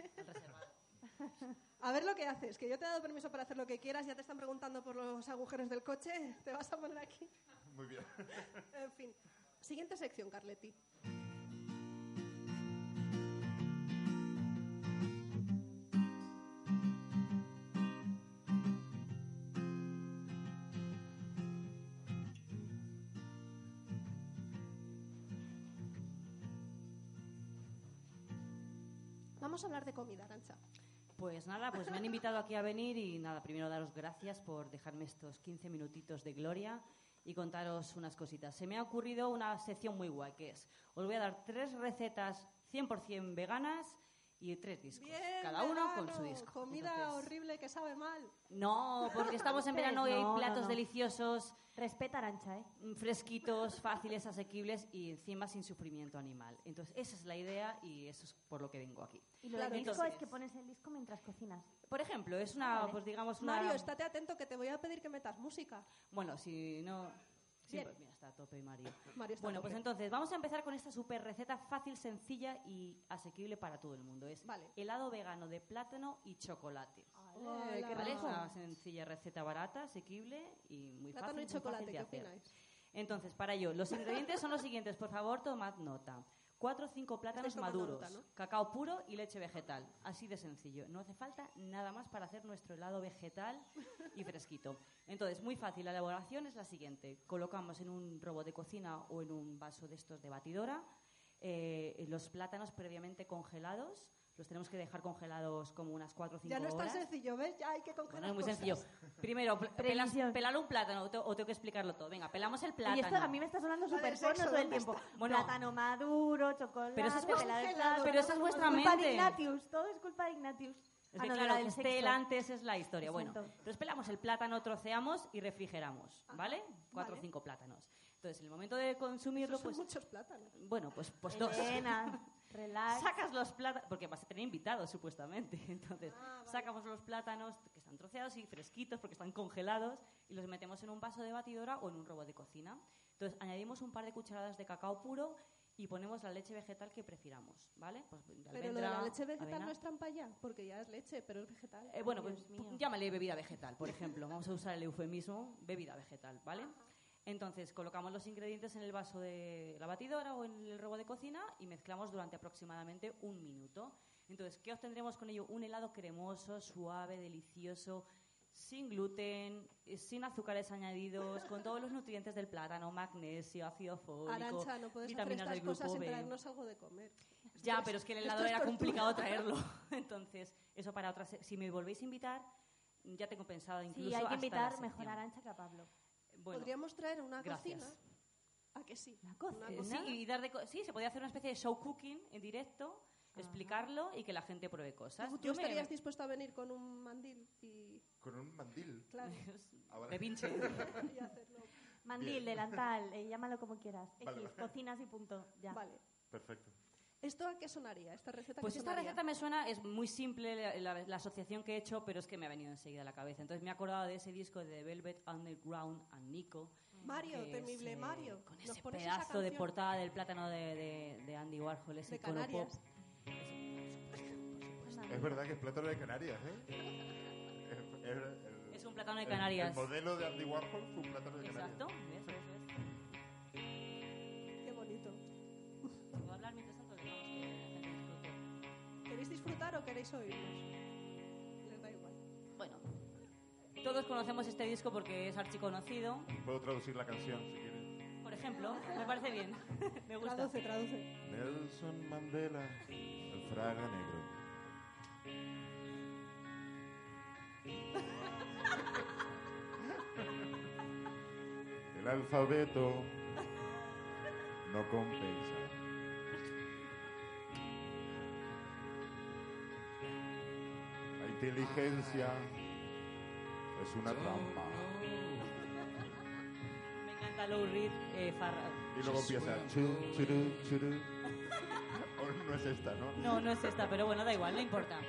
A ver lo que haces, que yo te he dado permiso para hacer lo que quieras, ya te están preguntando por los agujeros del coche, te vas a poner aquí.
Muy bien.
En fin. Siguiente sección, Carletti. Vamos a hablar de comida, Arancha.
Pues nada, pues me han invitado aquí a venir y nada, primero daros gracias por dejarme estos 15 minutitos de gloria y contaros unas cositas. Se me ha ocurrido una sección muy guay que es, os voy a dar tres recetas 100% veganas y tres discos.
Bien,
cada uno con su
verano,
disco.
Comida
Entonces,
horrible que sabe mal.
No, porque estamos en verano y hay
No, no,
platos
no.
deliciosos,
Respeta Arancha, ¿eh?
mm, fresquitos, fáciles, asequibles y encima sin sufrimiento animal. Entonces, esa es la idea y eso es por lo que vengo aquí.
Y lo del
Claro,
disco
entonces-
es que pones el disco mientras cocinas.
Por ejemplo, es una,
vale.
pues digamos, una...
Mario, estate atento que te voy a pedir que metas música.
Bueno, si no... sí,
Bien.
pues mira, está a tope Mario.
Mario está
Bueno,
muy
pues
bien.
entonces, vamos a empezar con esta super receta fácil, sencilla y asequible para todo el mundo. Es
Vale. Ah.
helado vegano de plátano y chocolate.
Ale,
Ay, qué
la-
¿Vale? Es
rico.
una sencilla receta barata, asequible y muy
Plátano
fácil,
y
muy
chocolate,
fácil de
¿qué
hacer.
opináis?
Entonces, para ello, los ingredientes son los siguientes. Por favor, tomad nota. Cuatro o cinco plátanos
tomando
maduros,
nota, ¿no?
cacao puro y leche vegetal. Así de sencillo. No hace falta nada más para hacer nuestro helado vegetal y fresquito. Entonces, muy fácil. La elaboración es la siguiente. Colocamos en un robo de cocina o en un vaso de estos de batidora eh, los plátanos previamente congelados. Los tenemos que dejar congelados como unas cuatro o cinco
Ya no es tan
horas.
sencillo, ¿ves? Ya hay que
Bueno,
congelar
es muy
cosas.
sencillo. Primero, pl- pelas-
Previsión.
pelar un plátano, o te- o tengo que explicarlo todo. Venga, pelamos el plátano.
Y esto a mí me está sonando
La de
súper porno
sexo,
todo el
¿dónde
tiempo.
está? Bueno.
Plátano maduro, chocolate,
Pero eso es vuestra-
helado de
Pero
plátano.
eso es vuestra
culpa de
mente.
Ignatius, todo es culpa de Ignatius.
Es
Ah,
que,
no, de la
claro,
del
este
sexo.
el antes es la historia. Bueno,
Exacto.
entonces pelamos el plátano, troceamos y refrigeramos, ¿vale? Cuatro
Ah, vale.
o cinco plátanos. Entonces, en el momento de consumirlo,
Son
pues...
muchos plátanos.
Bueno, pues, pues dos.
Elena, relax.
Sacas los plátanos, porque vas a tener invitados supuestamente. Entonces,
Ah, vale.
sacamos los plátanos que están troceados y fresquitos porque están congelados y los metemos en un vaso de batidora o en un robot de cocina. Entonces, añadimos un par de cucharadas de cacao puro y ponemos la leche vegetal que prefiramos, ¿vale? Pues de
Pero lo de la
almendra,
leche vegetal
avena.
no es trampa ya, porque ya es leche, pero es vegetal.
Eh, bueno,
Dios
pues
mío.
pu- llámale bebida vegetal, por ejemplo. Vamos a usar el eufemismo bebida vegetal, ¿vale? Entonces, colocamos los ingredientes en el vaso de la batidora o en el robo de cocina y mezclamos durante aproximadamente un minuto. Entonces, ¿qué obtendremos con ello? Un helado cremoso, suave, delicioso, sin gluten, eh, sin azúcares añadidos, con todos los nutrientes del plátano, magnesio, ácido fólico,
Arancha, no puedes hacer
vitaminas
estas
del grupo
cosas sin
B.
traernos algo de comer.
Ya,
Esto
pero es que el
esto
helado era
tortura.
complicado traerlo. Entonces, eso para otras. Si me volvéis a invitar, ya tengo pensado incluso.
Sí, hay que
hasta
invitar
la
mejor
sección.
a Arancha que a Pablo.
Bueno,
Podríamos traer una
gracias.
cocina. ¿A que sí?
Una cocina.
Eh, sí, y dar de co- sí, se podía hacer una especie de show cooking en directo, explicarlo y que la gente pruebe cosas.
¿Tú, tú
Yo me-
estarías dispuesto a venir con un mandil y,
Con un mandil.
claro,
Ah, vale.
me pinche.
y hacerlo?
Mandil,
Bien.
delantal, eh, llámalo como quieras. X,
Vale, vale.
cocinas y punto. Ya.
Vale.
Perfecto.
¿Esto a qué sonaría? ¿Esta receta a
Pues
qué
esta
sonaría?
receta me suena, es muy simple la, la- la asociación que he hecho, pero es que me ha venido enseguida a la cabeza. Entonces me he acordado de ese disco de Velvet Underground and Nico,
Mario,
que
temible
ese-
Mario.
Con
¿Nos
ese
pones
pedazo
esa
de
canción?
portada del plátano de, de- de Andy Warhol, ese
De
icono
Canarias.
pop.
Pues nada.
Es verdad que es plátano de Canarias, ¿eh? Es- es- el-
Es un plátano de
el-
Canarias.
El, modelo de Andy Warhol fue un plátano de Canarias.
Exacto, eso, eso
Qué bonito.
es. Voy a hablar mientras tanto, que vamos, que la gente disfrute.
¿Queréis disfrutar o queréis oírnos? Les da igual.
Bueno, todos conocemos este disco porque es archiconocido.
Puedo traducir la canción si quieres.
Por ejemplo, me parece bien. me gusta.
Traduce, traduce.
Nelson Mandela, el fraga negro. El alfabeto no compensa. La inteligencia es una trampa.
Me encanta Lou Reed, eh, Farrah.
Y luego empieza. chu, churu, churu. O no es esta, ¿no?
No, no es esta, pero bueno, da igual, no importa.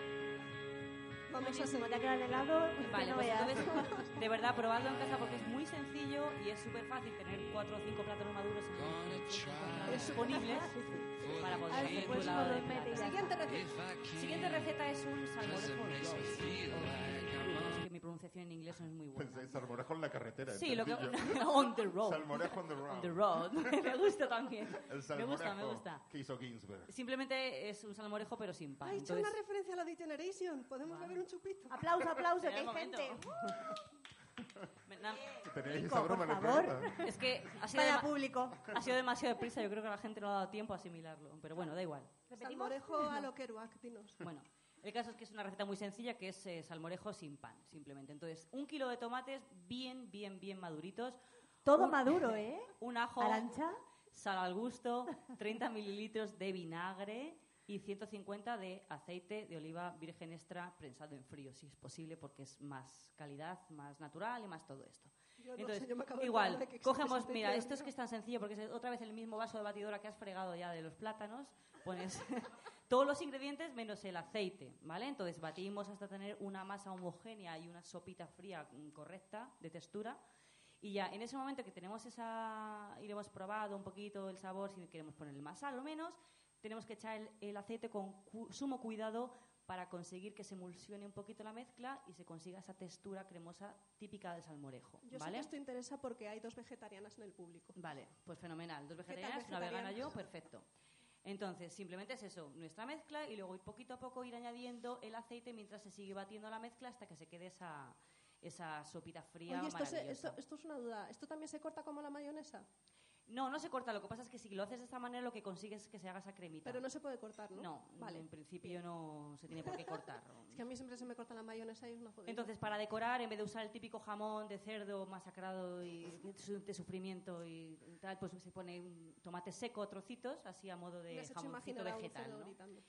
Vamos a
Buenísimo, te ha
seguir.
quedado el helado. que
Vale,
no
pues
veas.
entonces, de verdad, probadlo en casa porque es muy sencillo y es súper fácil tener cuatro o cinco plátanos maduros disponibles para poder
Al
hacer tu
supuesto,
helado de
los metes.
plátano.
Siguiente receta.
Siguiente receta es un salmorejo roast. Es que mi pronunciación en inglés no es muy buena.
Pensé, Pues, salmorejo en la carretera.
Sí, lo que...
entendí yo.
On the road.
Salmorejo on the road.
On the road. me gusta también.
El
Me
salmorejo
gusta, me gusta.
que hizo Ginsberg.
Simplemente es un salmorejo pero sin pan.
Ha hecho una
entonces-
referencia a la de Generation. ¿Podemos beber un chupito?
Aplauso, aplauso, que
Espera
hay
un momento.
gente.
Venga,
Tenéis
Nico,
esa broma
por
en la
favor.
cabeza.
Es que ha sido
Vaya
dema-
público.
Ha sido demasiado deprisa, yo creo que la gente no ha dado tiempo a asimilarlo, pero bueno, da igual.
¿Repetimos?
Salmorejo a lo Kerouac, dinos.
Bueno, el caso es que es una receta muy sencilla que es eh, salmorejo sin pan, simplemente. Entonces, un kilo de tomates bien, bien, bien maduritos,
Todo
Un-
maduro, ¿eh?
un ajo,
Arancha.
sal al gusto, 30 mililitros de vinagre, y 150 de aceite de oliva virgen extra prensado en frío, si es posible, porque es más calidad, más natural y más todo esto.
Yo no
Entonces,
sé, yo me acabo de
igual,
enterar de que
cogemos,
existe
mira,
este
esto es
tío.
que es tan sencillo porque es otra vez el mismo vaso de batidora que has fregado ya de los plátanos, pones todos los ingredientes menos el aceite, ¿vale? Entonces batimos hasta tener una masa homogénea y una sopita fría mm, correcta de textura. Y ya en ese momento que tenemos esa y lo hemos probado un poquito el sabor, si queremos ponerle más sal o menos, tenemos que echar el, el aceite con cu- sumo cuidado para conseguir que se emulsione un poquito la mezcla y se consiga esa textura cremosa típica del salmorejo,
Yo sé
¿vale?
que esto interesa porque hay dos vegetarianas en el público.
Vale, pues fenomenal. Dos
tal,
vegetarianas, una vegana
vegetariana?
yo, perfecto. Entonces, simplemente es eso, nuestra mezcla y luego ir poquito a poco ir añadiendo el aceite mientras se sigue batiendo la mezcla hasta que se quede esa, esa sopita fría
Oye, esto, se-
maravillosa.
esto- esto es una duda. ¿Esto también se corta como la mayonesa?
No, no se corta, lo que pasa es que si lo haces de esta manera lo que consigues es que se haga esa cremita.
Pero no se puede cortar, ¿no?
No,
Vale.
en principio no se tiene por qué cortar.
Es que a mí siempre se me corta la mayonesa y es una jodida.
Entonces, para decorar, en vez de usar el típico jamón de cerdo masacrado y de sufrimiento y tal, pues se pone un tomate seco a trocitos, así a modo
me
de
has hecho
jamoncito
imaginar a un
vegetal.
cerdo
¿no?
gritando.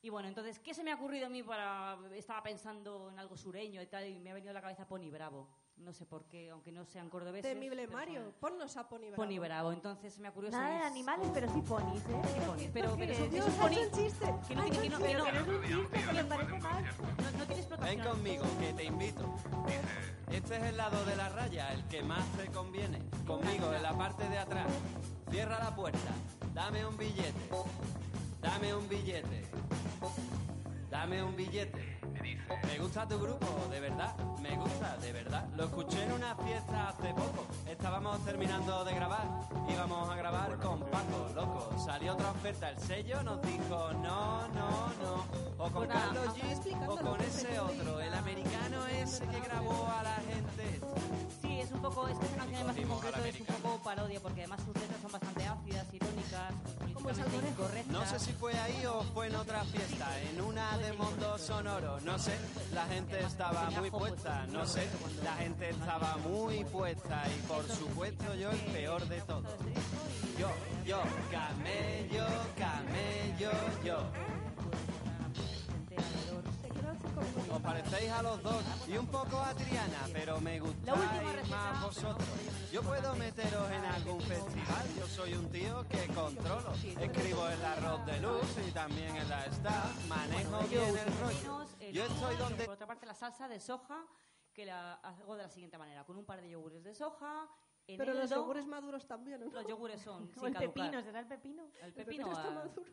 Y bueno, entonces, ¿qué se me ha ocurrido a mí para... Estaba pensando en algo sureño y tal, y me ha venido a la cabeza Pony Bravo. No sé por qué, aunque no sean cordobeses.
Temible
pero
Mario,
son-
ponnos a Pony Bravo.
Pony Bravo, entonces se me ocurrió...
Nada de
seis-
animales, pero sí ponis, ¿eh?
Sí, ponis, pero, pero
qué
son-
Dios,
son
ha
ponis-
hecho un chiste.
que no, tiene- que no, que no,
Pero es un chiste, que me parece mal.
no- no tiene explotación.
Ven conmigo, que te invito. Este es el lado de la raya, el que más te conviene. Conmigo, en la parte de atrás. Cierra la puerta. Dame un billete. Dame un billete. Dame un billete. Me gusta tu grupo, de verdad. Me gusta, de verdad. Lo escuché en una fiesta hace poco. Estábamos terminando de grabar. Íbamos a grabar con Paco, loco. Salió otra oferta. El sello nos dijo no, no, no. O con
Bueno,
Carlos
aunque
G.
explicando
O
lo
con
que
ese
pretendí.
otro. El americano ese que grabó a la gente.
Sí, es un poco, es que esa canción además en
Dimos a la
concreto es un poco parodia, porque además sus letras son bastante ácidas, irónicas,
Como el
políticamente
salmorejo.
incorrectas.
No sé si fue ahí o fue en otra fiesta, en una de Mundo Sonoro, no sé, la gente estaba muy puesta, no sé, la gente estaba muy puesta y por supuesto yo el peor de todos. Yo, yo, camello, camello, yo. Os parecéis a los dos y un poco a Triana, pero me gustáis más vosotros. Yo puedo meteros en algún festival, yo soy un tío que controlo. Escribo el arroz de luz y también en la staff, manejo bien el rollo.
Menos el
Yo estoy
yogur,
donde...
Por otra parte, la salsa de soja, que la hago de la siguiente manera, con un par de yogures de soja,
Pero los
eneldo-
yogures maduros también, ¿no?
los yogures son
Como
sin
el pepino,
caducar.
¿será el pepino?
El
El
pepino,
está
ah,
maduro.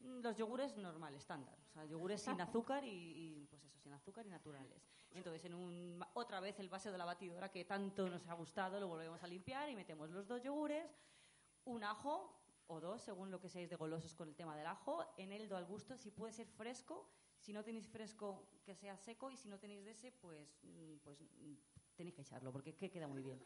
los yogures normal, estándar, o sea, yogures
Ah.
sin azúcar y, y, pues eso, sin azúcar y naturales. Entonces, en un, otra vez el vaso de la batidora que tanto nos ha gustado, lo volvemos a limpiar y metemos los dos yogures, un ajo o dos, según lo que seáis de golosos con el tema del ajo, eneldo al gusto, si puede ser fresco, si no tenéis fresco que sea seco y si no tenéis de ese, pues, mm, pues mm, tenéis que echarlo porque es que queda muy bien.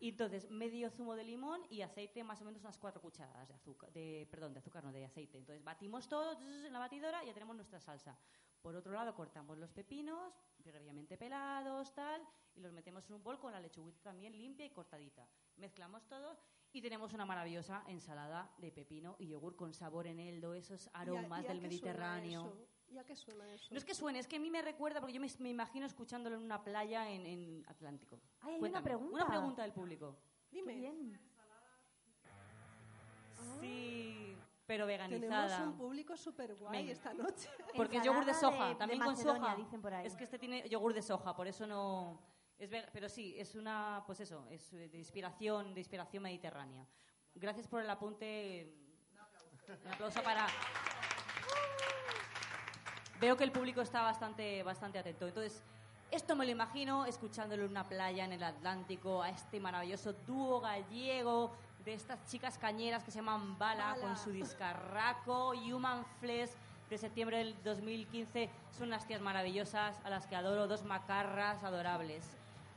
Y entonces, medio zumo de limón y aceite, más o menos unas cuatro cucharadas de azúcar, de, perdón, de azúcar, no, de aceite. Entonces, batimos todo zzz, en la batidora y ya tenemos nuestra salsa. Por otro lado, cortamos los pepinos, previamente pelados, tal, y los metemos en un bol con la lechuguita también limpia y cortadita. Mezclamos todo y tenemos una maravillosa ensalada de pepino y yogur con sabor eneldo, esos
¿Y a-
aromas
y a
del
qué suena
Mediterráneo.
eso? ¿Y a qué suena eso?
No es que suene, es que a mí me recuerda, porque yo me, me imagino escuchándolo en una playa en, en Atlántico.
Ay, hay una
Cuéntame,
pregunta.
Una pregunta del público.
Dime.
Bien.
Sí, pero
Ah. Tenemos
veganizada.
un público súper guay
Venga.
esta noche.
Porque
Ensalada
es yogur de soja,
de- de
también con
Macedonia,
soja.
dicen por ahí.
Es que este tiene yogur de soja, por eso no es ve- pero sí, es una pues eso, es eh, de inspiración, de inspiración mediterránea. Gracias por el apunte. Un aplauso para Veo que el público está bastante bastante atento. Entonces, esto me lo imagino escuchándolo en una playa en el Atlántico a este maravilloso dúo gallego de estas chicas cañeras que se llaman Bala,
Bala.
con su discarraco Human Flesh de septiembre del 2015. Son unas tías maravillosas a las que adoro, dos macarras adorables.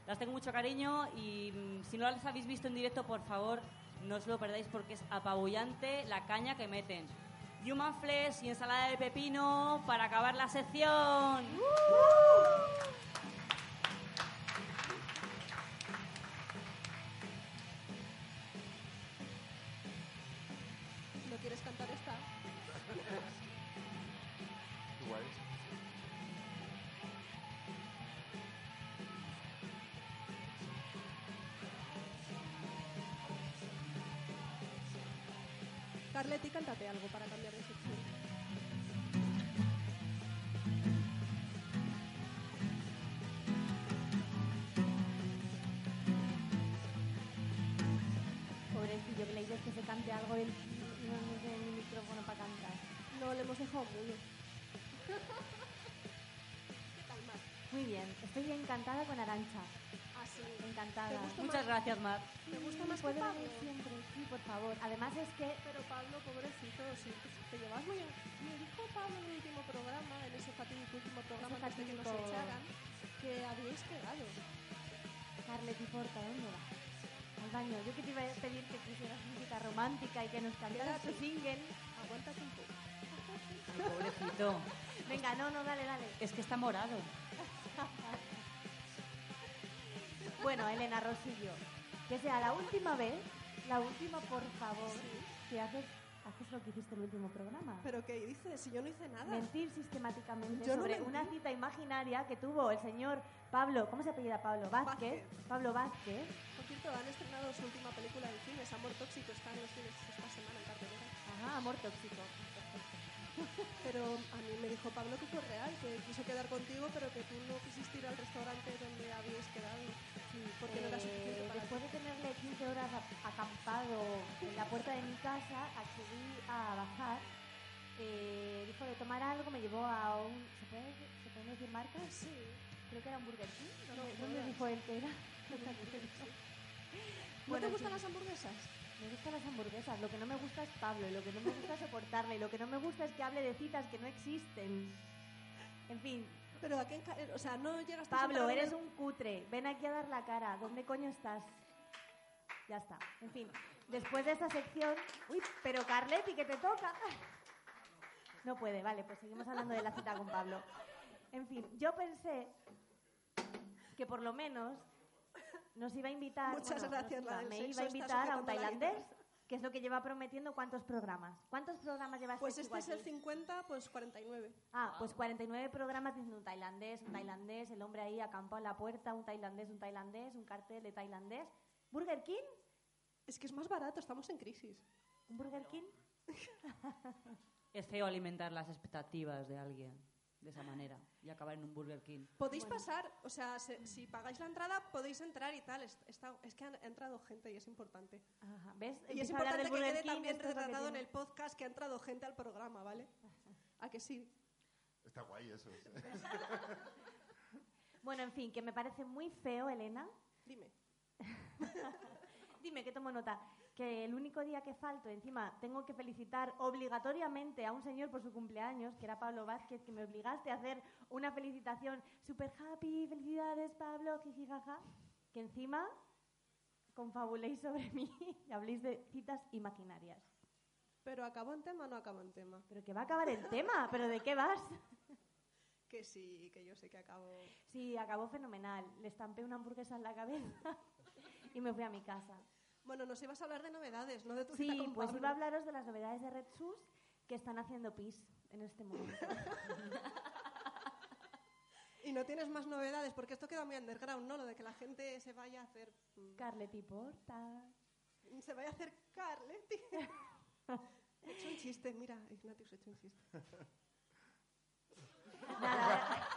Las tengo mucho cariño y mm, si no las habéis visto en directo, por favor, no os lo perdáis porque es apabullante la caña que meten. Human Flesh y ensalada de pepino para acabar la sección.
¿No quieres cantar esta? Arleti, cántate algo para cambiar de sección.
Pobrecillo, que le dices que se cante algo del no, no tiene ni micrófono para cantar.
No, le hemos dejado mudo. ¿Qué tal, Mar?
Muy bien, estoy encantada con Arancha.
Así.
Encantada.
¿Te gusta
Muchas gracias, Mar.
¿Te gusta más que
Puedo
Pablo?
venir siempre, sí, por favor. Además es que
Pero Pablo, pobrecito, si te llevas muy... Me dijo Pablo en el último programa, en ese fatídico último programa
Ese
antes de que nos
fatídico-
echaran, que habíais quedado.
Carleti Porta, ¿dónde vas? Al baño. Yo que te iba a pedir que pusieras música romántica y que nos cantaras tu
Quédate.
single.
Aguántate un poco.
Pobrecito.
Venga, no, no, dale, dale.
Es que está morado.
Bueno, Elena Rosillo, que sea la última vez, la última, por favor, que haces, haces lo que hiciste el último programa.
¿Pero qué dices? Si yo no hice nada.
Mentir sistemáticamente
Yo no
sobre
mentí.
una cita imaginaria que tuvo el señor Pablo, ¿cómo se apellida Pablo? Vázquez.
Vázquez.
Pablo Vázquez.
Por cierto, han estrenado su última película en cines, Amor Tóxico, está en los cines esta semana en cartelera.
Ajá, amor tóxico.
Pero a mí me dijo Pablo que fue real, que quiso quedar contigo, pero que tú no quisiste ir al restaurante donde habías quedado. Porque no era suficiente
Eh,
para ti.
después de tenerle 15 horas a- acampado en la puerta de mi casa, accedí a bajar. Eh, dijo de tomar algo, me llevó a un... ¿Se puede, ¿se pueden decir marcas?
Sí,
Creo que era un Burger King.
No,
¿Dónde,
no
dónde
era.
dijo él que era?
¿No
Bueno,
te gustan
sí.
las hamburguesas?
Me gustan las hamburguesas. Lo que no me gusta es Pablo. y Lo que no me gusta es soportarle. Y lo que no me gusta es que hable de citas que no existen. En fin,
Pero a qué enca- eh, o sea, no llegas tú
Pablo,
sentada en
eres
el-
un cutre. Ven aquí a dar la cara. ¿Dónde coño estás? Ya está. En fin, después de esta sección... Uy, pero Carletti, que te toca. No puede, vale, pues seguimos hablando de la cita con Pablo. En fin, yo pensé que por lo menos nos iba a invitar...
Muchas
bueno,
gracias,
nos iba-
la del
Me
sexo
iba a
está
invitar a un
sujetando la
tailandés,
guitarra.
que es lo que lleva prometiendo cuántos programas. ¿Cuántos programas llevas
Pues
tú
este es
aquí?
el 50, pues 49.
Ah, pues 49 programas diciendo un tailandés, un tailandés, el hombre ahí acampado en la puerta, un tailandés, un tailandés, un cartel de tailandés. ¿Burger King?
Es que es más barato, estamos en crisis.
¿Un Burger King?
Es feo alimentar las expectativas de alguien de esa manera y acabar en un Burger King.
Podéis pasar, o sea, se- si pagáis la entrada podéis entrar y tal. Es, está- es que han entrado gente y es importante.
Ajá, ¿Ves?
Y es
Empieza a hablar
importante
del
que
Burger
quede
King,
también
esto es lo que
retratado en el
tiene.
podcast que ha entrado gente al programa, ¿vale? ¿A que sí?
Está guay eso. o sea.
Bueno, en fin, que me parece muy feo, Elena.
Dime.
Dime, que tomo nota. Que el único día que falto, encima, tengo que felicitar obligatoriamente a un señor por su cumpleaños, que era Pablo Vázquez, que me obligaste a hacer una felicitación super happy, felicidades Pablo, jiji, jaja, que encima confabuléis sobre mí y habléis de citas imaginarias.
Pero acabó en tema, o no acabó en tema.
Pero que va a acabar el tema, pero ¿de qué vas?
Que sí, que yo sé que acabó.
Sí, acabó fenomenal. Le estampé una hamburguesa en la cabeza y me fui a mi casa.
Bueno, nos ibas a hablar de novedades, no de tu cita
Sí,
con
pues
Pablo.
iba a hablaros de las novedades de Red Sus que están haciendo pis en este momento.
Y no tienes más novedades, porque esto queda muy underground, ¿no? Lo de que la gente se vaya a hacer. mm,
Carleti Porta.
Se vaya a hacer Carleti. He hecho un chiste, mira, Ignatius, he hecho un chiste.
Nada,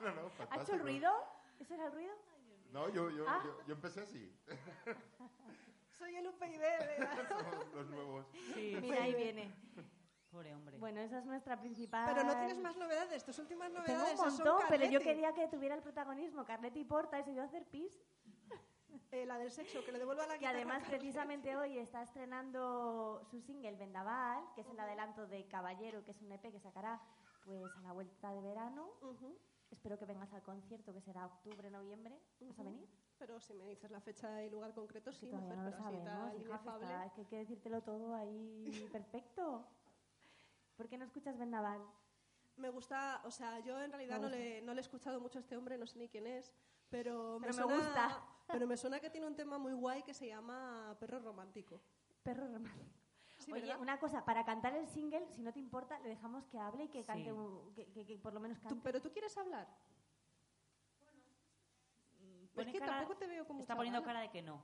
No, no,
¿ha
fantástico.
hecho ruido? ¿Eso era el ruido?
No, yo, yo,
Ah.
yo, yo empecé así.
Soy el UPyD, ¿verdad?
Los nuevos.
Mira, ahí viene.
Pobre hombre.
Bueno, esa es nuestra principal...
Pero no tienes más novedades, tus últimas
Tengo
novedades
un
son
montón, pero yo
Carletti.
quería que tuviera el protagonismo. Carleti Porta y se dio a hacer pis.
Eh, la del sexo, que le devuelva la
Que
guitarra.
además
a Carletti.
precisamente hoy está estrenando su single Vendaval, que es el adelanto de Caballero, que es un EP que sacará pues a la vuelta de verano.
Ujú.
Espero que vengas al concierto, que será octubre, noviembre. ¿Vas a
Ujú.
venir?
Pero si me dices la fecha y lugar concreto,
Que
sí,
todavía
mujer,
no lo
pero así
sabemos,
tal,
hija, que
inefable.
está- eh. que hay que decírtelo todo ahí perfecto. ¿Por qué no escuchas Vendaval?
Me gusta, o sea, yo en realidad
Me
no
gusta.
le, no le he escuchado mucho a este hombre, no sé ni quién es, pero me,
Pero me
suena,
gusta.
Pero me suena que tiene un tema muy guay que se llama Perro Romántico.
Perro romántico.
Sí,
Oye,
¿verdad?
una cosa, para cantar el single, si no te importa, le dejamos que hable y que cante,
Sí.
un- que, que- que por lo menos
Tú-
cante.
pero tú quieres hablar.
Pone
es que
cara-
tampoco te veo como
Está poniendo cara de que no.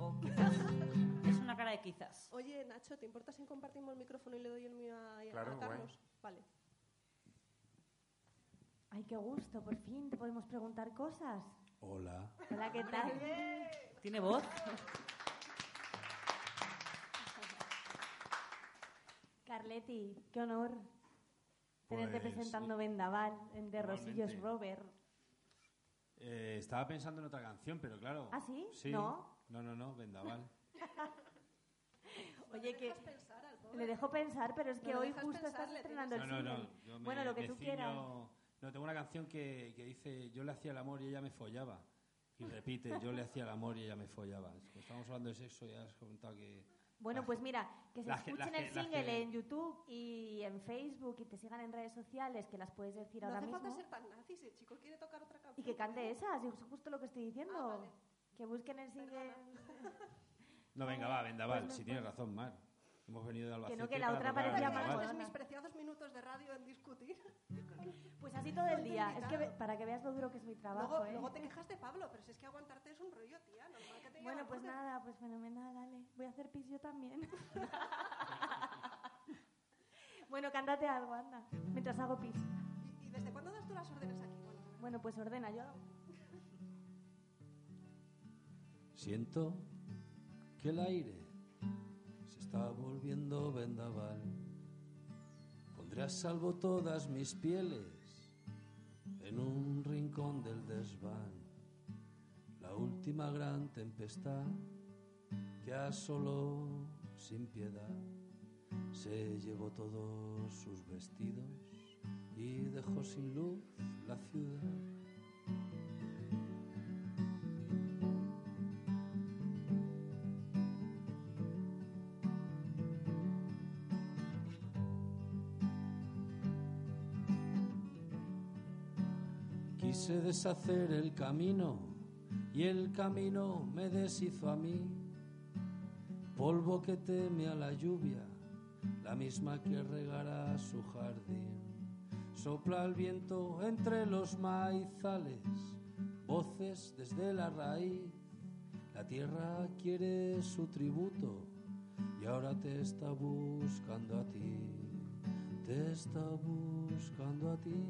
O quizás es un
una cara de quizás.
Oye, Nacho, ¿te importa si compartimos el micrófono y le doy el mío a, a
Claro, guay.
Carlos? Vale.
Ay, qué gusto, por fin te podemos preguntar cosas.
Hola.
Hola, ¿qué tal?
¿Tiene voz?
Carletti, qué honor tenerte
Pues,
presentando Vendaval en De Rosillos
igualmente.
Robert.
Eh, estaba pensando en otra canción, pero claro.
¿Ah, sí? ¿No?
No, no, no, Vendaval.
Oye, que
Dejas pensar al pobre.
le dejo pensar, pero es que
No le
hoy
dejas
justo
pensar,
estás
le
estrenando el
No, no,
single.
no. yo me-
bueno, lo que
me
tú
ciño-
quieras.
No, tengo una canción que, que dice: Yo le hacía el amor y ella me follaba. Y repite: Yo le hacía el amor y ella me follaba. Como Estábamos hablando de sexo y has comentado que.
Bueno,
Las-
pues mira, que se
las que-
escuchen
las
el
que- las
single
que-
en YouTube y en Facebook y te sigan en redes sociales, que las puedes decir
No
ahora
hace
mismo.
falta ser tan nazi si el chico quiere tocar otra canción.
Y que cante esas, es justo lo que estoy diciendo.
Ah, vale.
Que busquen el single.
No, venga, va, Vendaval.
Pues me
si tienes razón, Mar. Hemos venido de Albacete.
que la
para
otra
tocar
parecía
Vendaval.
más
Gastaste
moderna.
mis preciados minutos de radio en discutir.
Pues así todo el día. Es que ve-
invitado.
para que veas lo duro que es mi trabajo.
luego,
¿eh?
luego te quejas de Pablo, pero si es que aguantarte es un rollo, tía. Normal que te
Bueno,
lleve
pues
alguna.
nada, pues fenomenal, Ale. Voy a hacer pis yo también. bueno, cántate algo, anda. Mientras hago pis.
¿Y, y desde cuándo das tú las órdenes aquí? Bueno,
Bueno, pues ordena, yo hago.
Siento que el aire se está volviendo vendaval. Pondré a salvo todas mis pieles en un rincón del desván. La última gran tempestad que asoló sin piedad se llevó todos sus vestidos y dejó sin luz la ciudad. Quise deshacer el camino y el camino me deshizo a mí. Polvo que teme a la lluvia, la misma que regará su jardín. Sopla el viento entre los maizales, voces desde la raíz. La tierra quiere su tributo y ahora te está buscando a ti. Te está buscando a ti.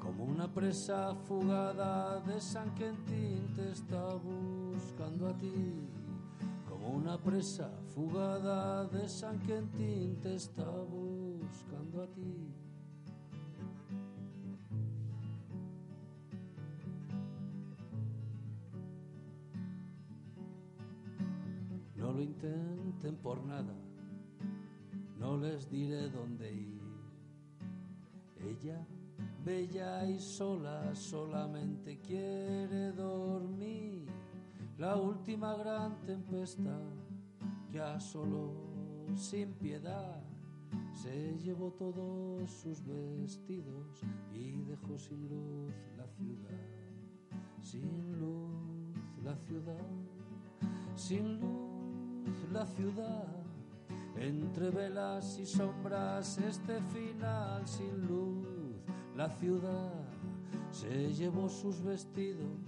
Como una presa fugada de San Quentin te está buscando a ti. Como una presa fugada de San Quentin te está buscando a ti. No lo intenten por nada, no les diré dónde ir. Ella, bella y sola, solamente quiere dormir. La última gran tempestad que asoló sin piedad se llevó todos sus vestidos y dejó sin luz la ciudad. Sin luz la ciudad, sin luz la ciudad. Entre velas y sombras este final sin luz, la ciudad se llevó sus vestidos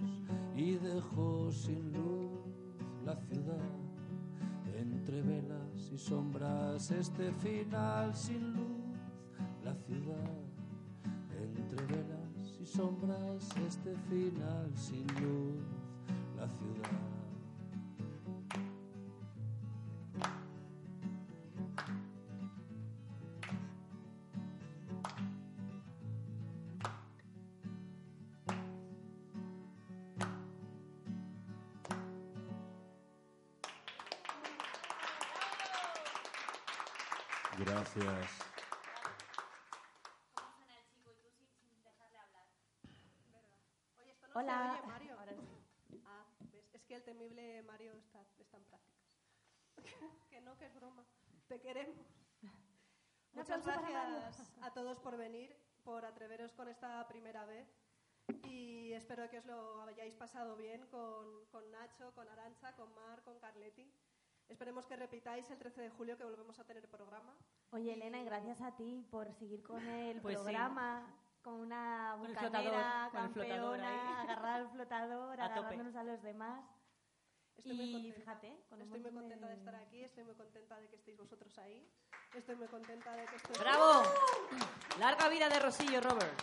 y dejó sin luz la ciudad. Entre velas y sombras este final sin luz, la ciudad. Entre velas y sombras este final sin luz, la ciudad. Gracias.
oye, esto no
Hola.
se oye, Mario.
Ahora sí.
Ah, ¿ves? Es que el temible Mario está, está en prácticas. que no, que es broma. Te queremos.
Un
Muchas
aplauso para
gracias a todos por venir, por atreveros con esta primera vez. Y espero que os lo hayáis pasado bien con, con Nacho, con Arancha, con Mar, con Carletti. Esperemos que repitáis el 13 de julio que volvemos a tener programa.
Oye, Elena, y gracias a ti por seguir con el
Pues sí.
programa. con una
Con el
bucanera,
flotador, con el flotador
campeona,
ahí.
agarrada al flotador,
A tope.
agarrándonos a los demás.
Estoy muy
y
contenta.
fíjate, con un
Estoy muy
montón
contenta de estar aquí, estoy muy contenta de que estéis vosotros ahí. Estoy muy contenta de que estéis.
¡Bravo! Larga vida de Rosillo, Robert.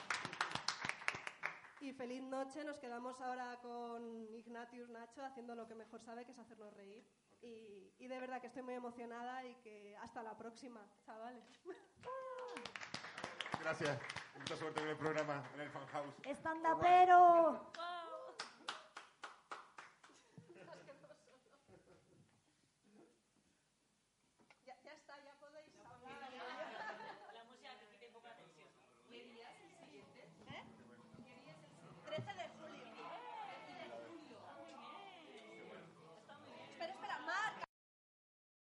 Y feliz noche. Nos quedamos ahora con Ignatius Nacho haciendo lo que mejor sabe, que es hacernos reír. Y, y de verdad que estoy muy emocionada y que hasta la próxima, chavales.
Gracias. Mucha suerte en el programa, en el fan house.
¡Estandapero!
¿Eh? Ah,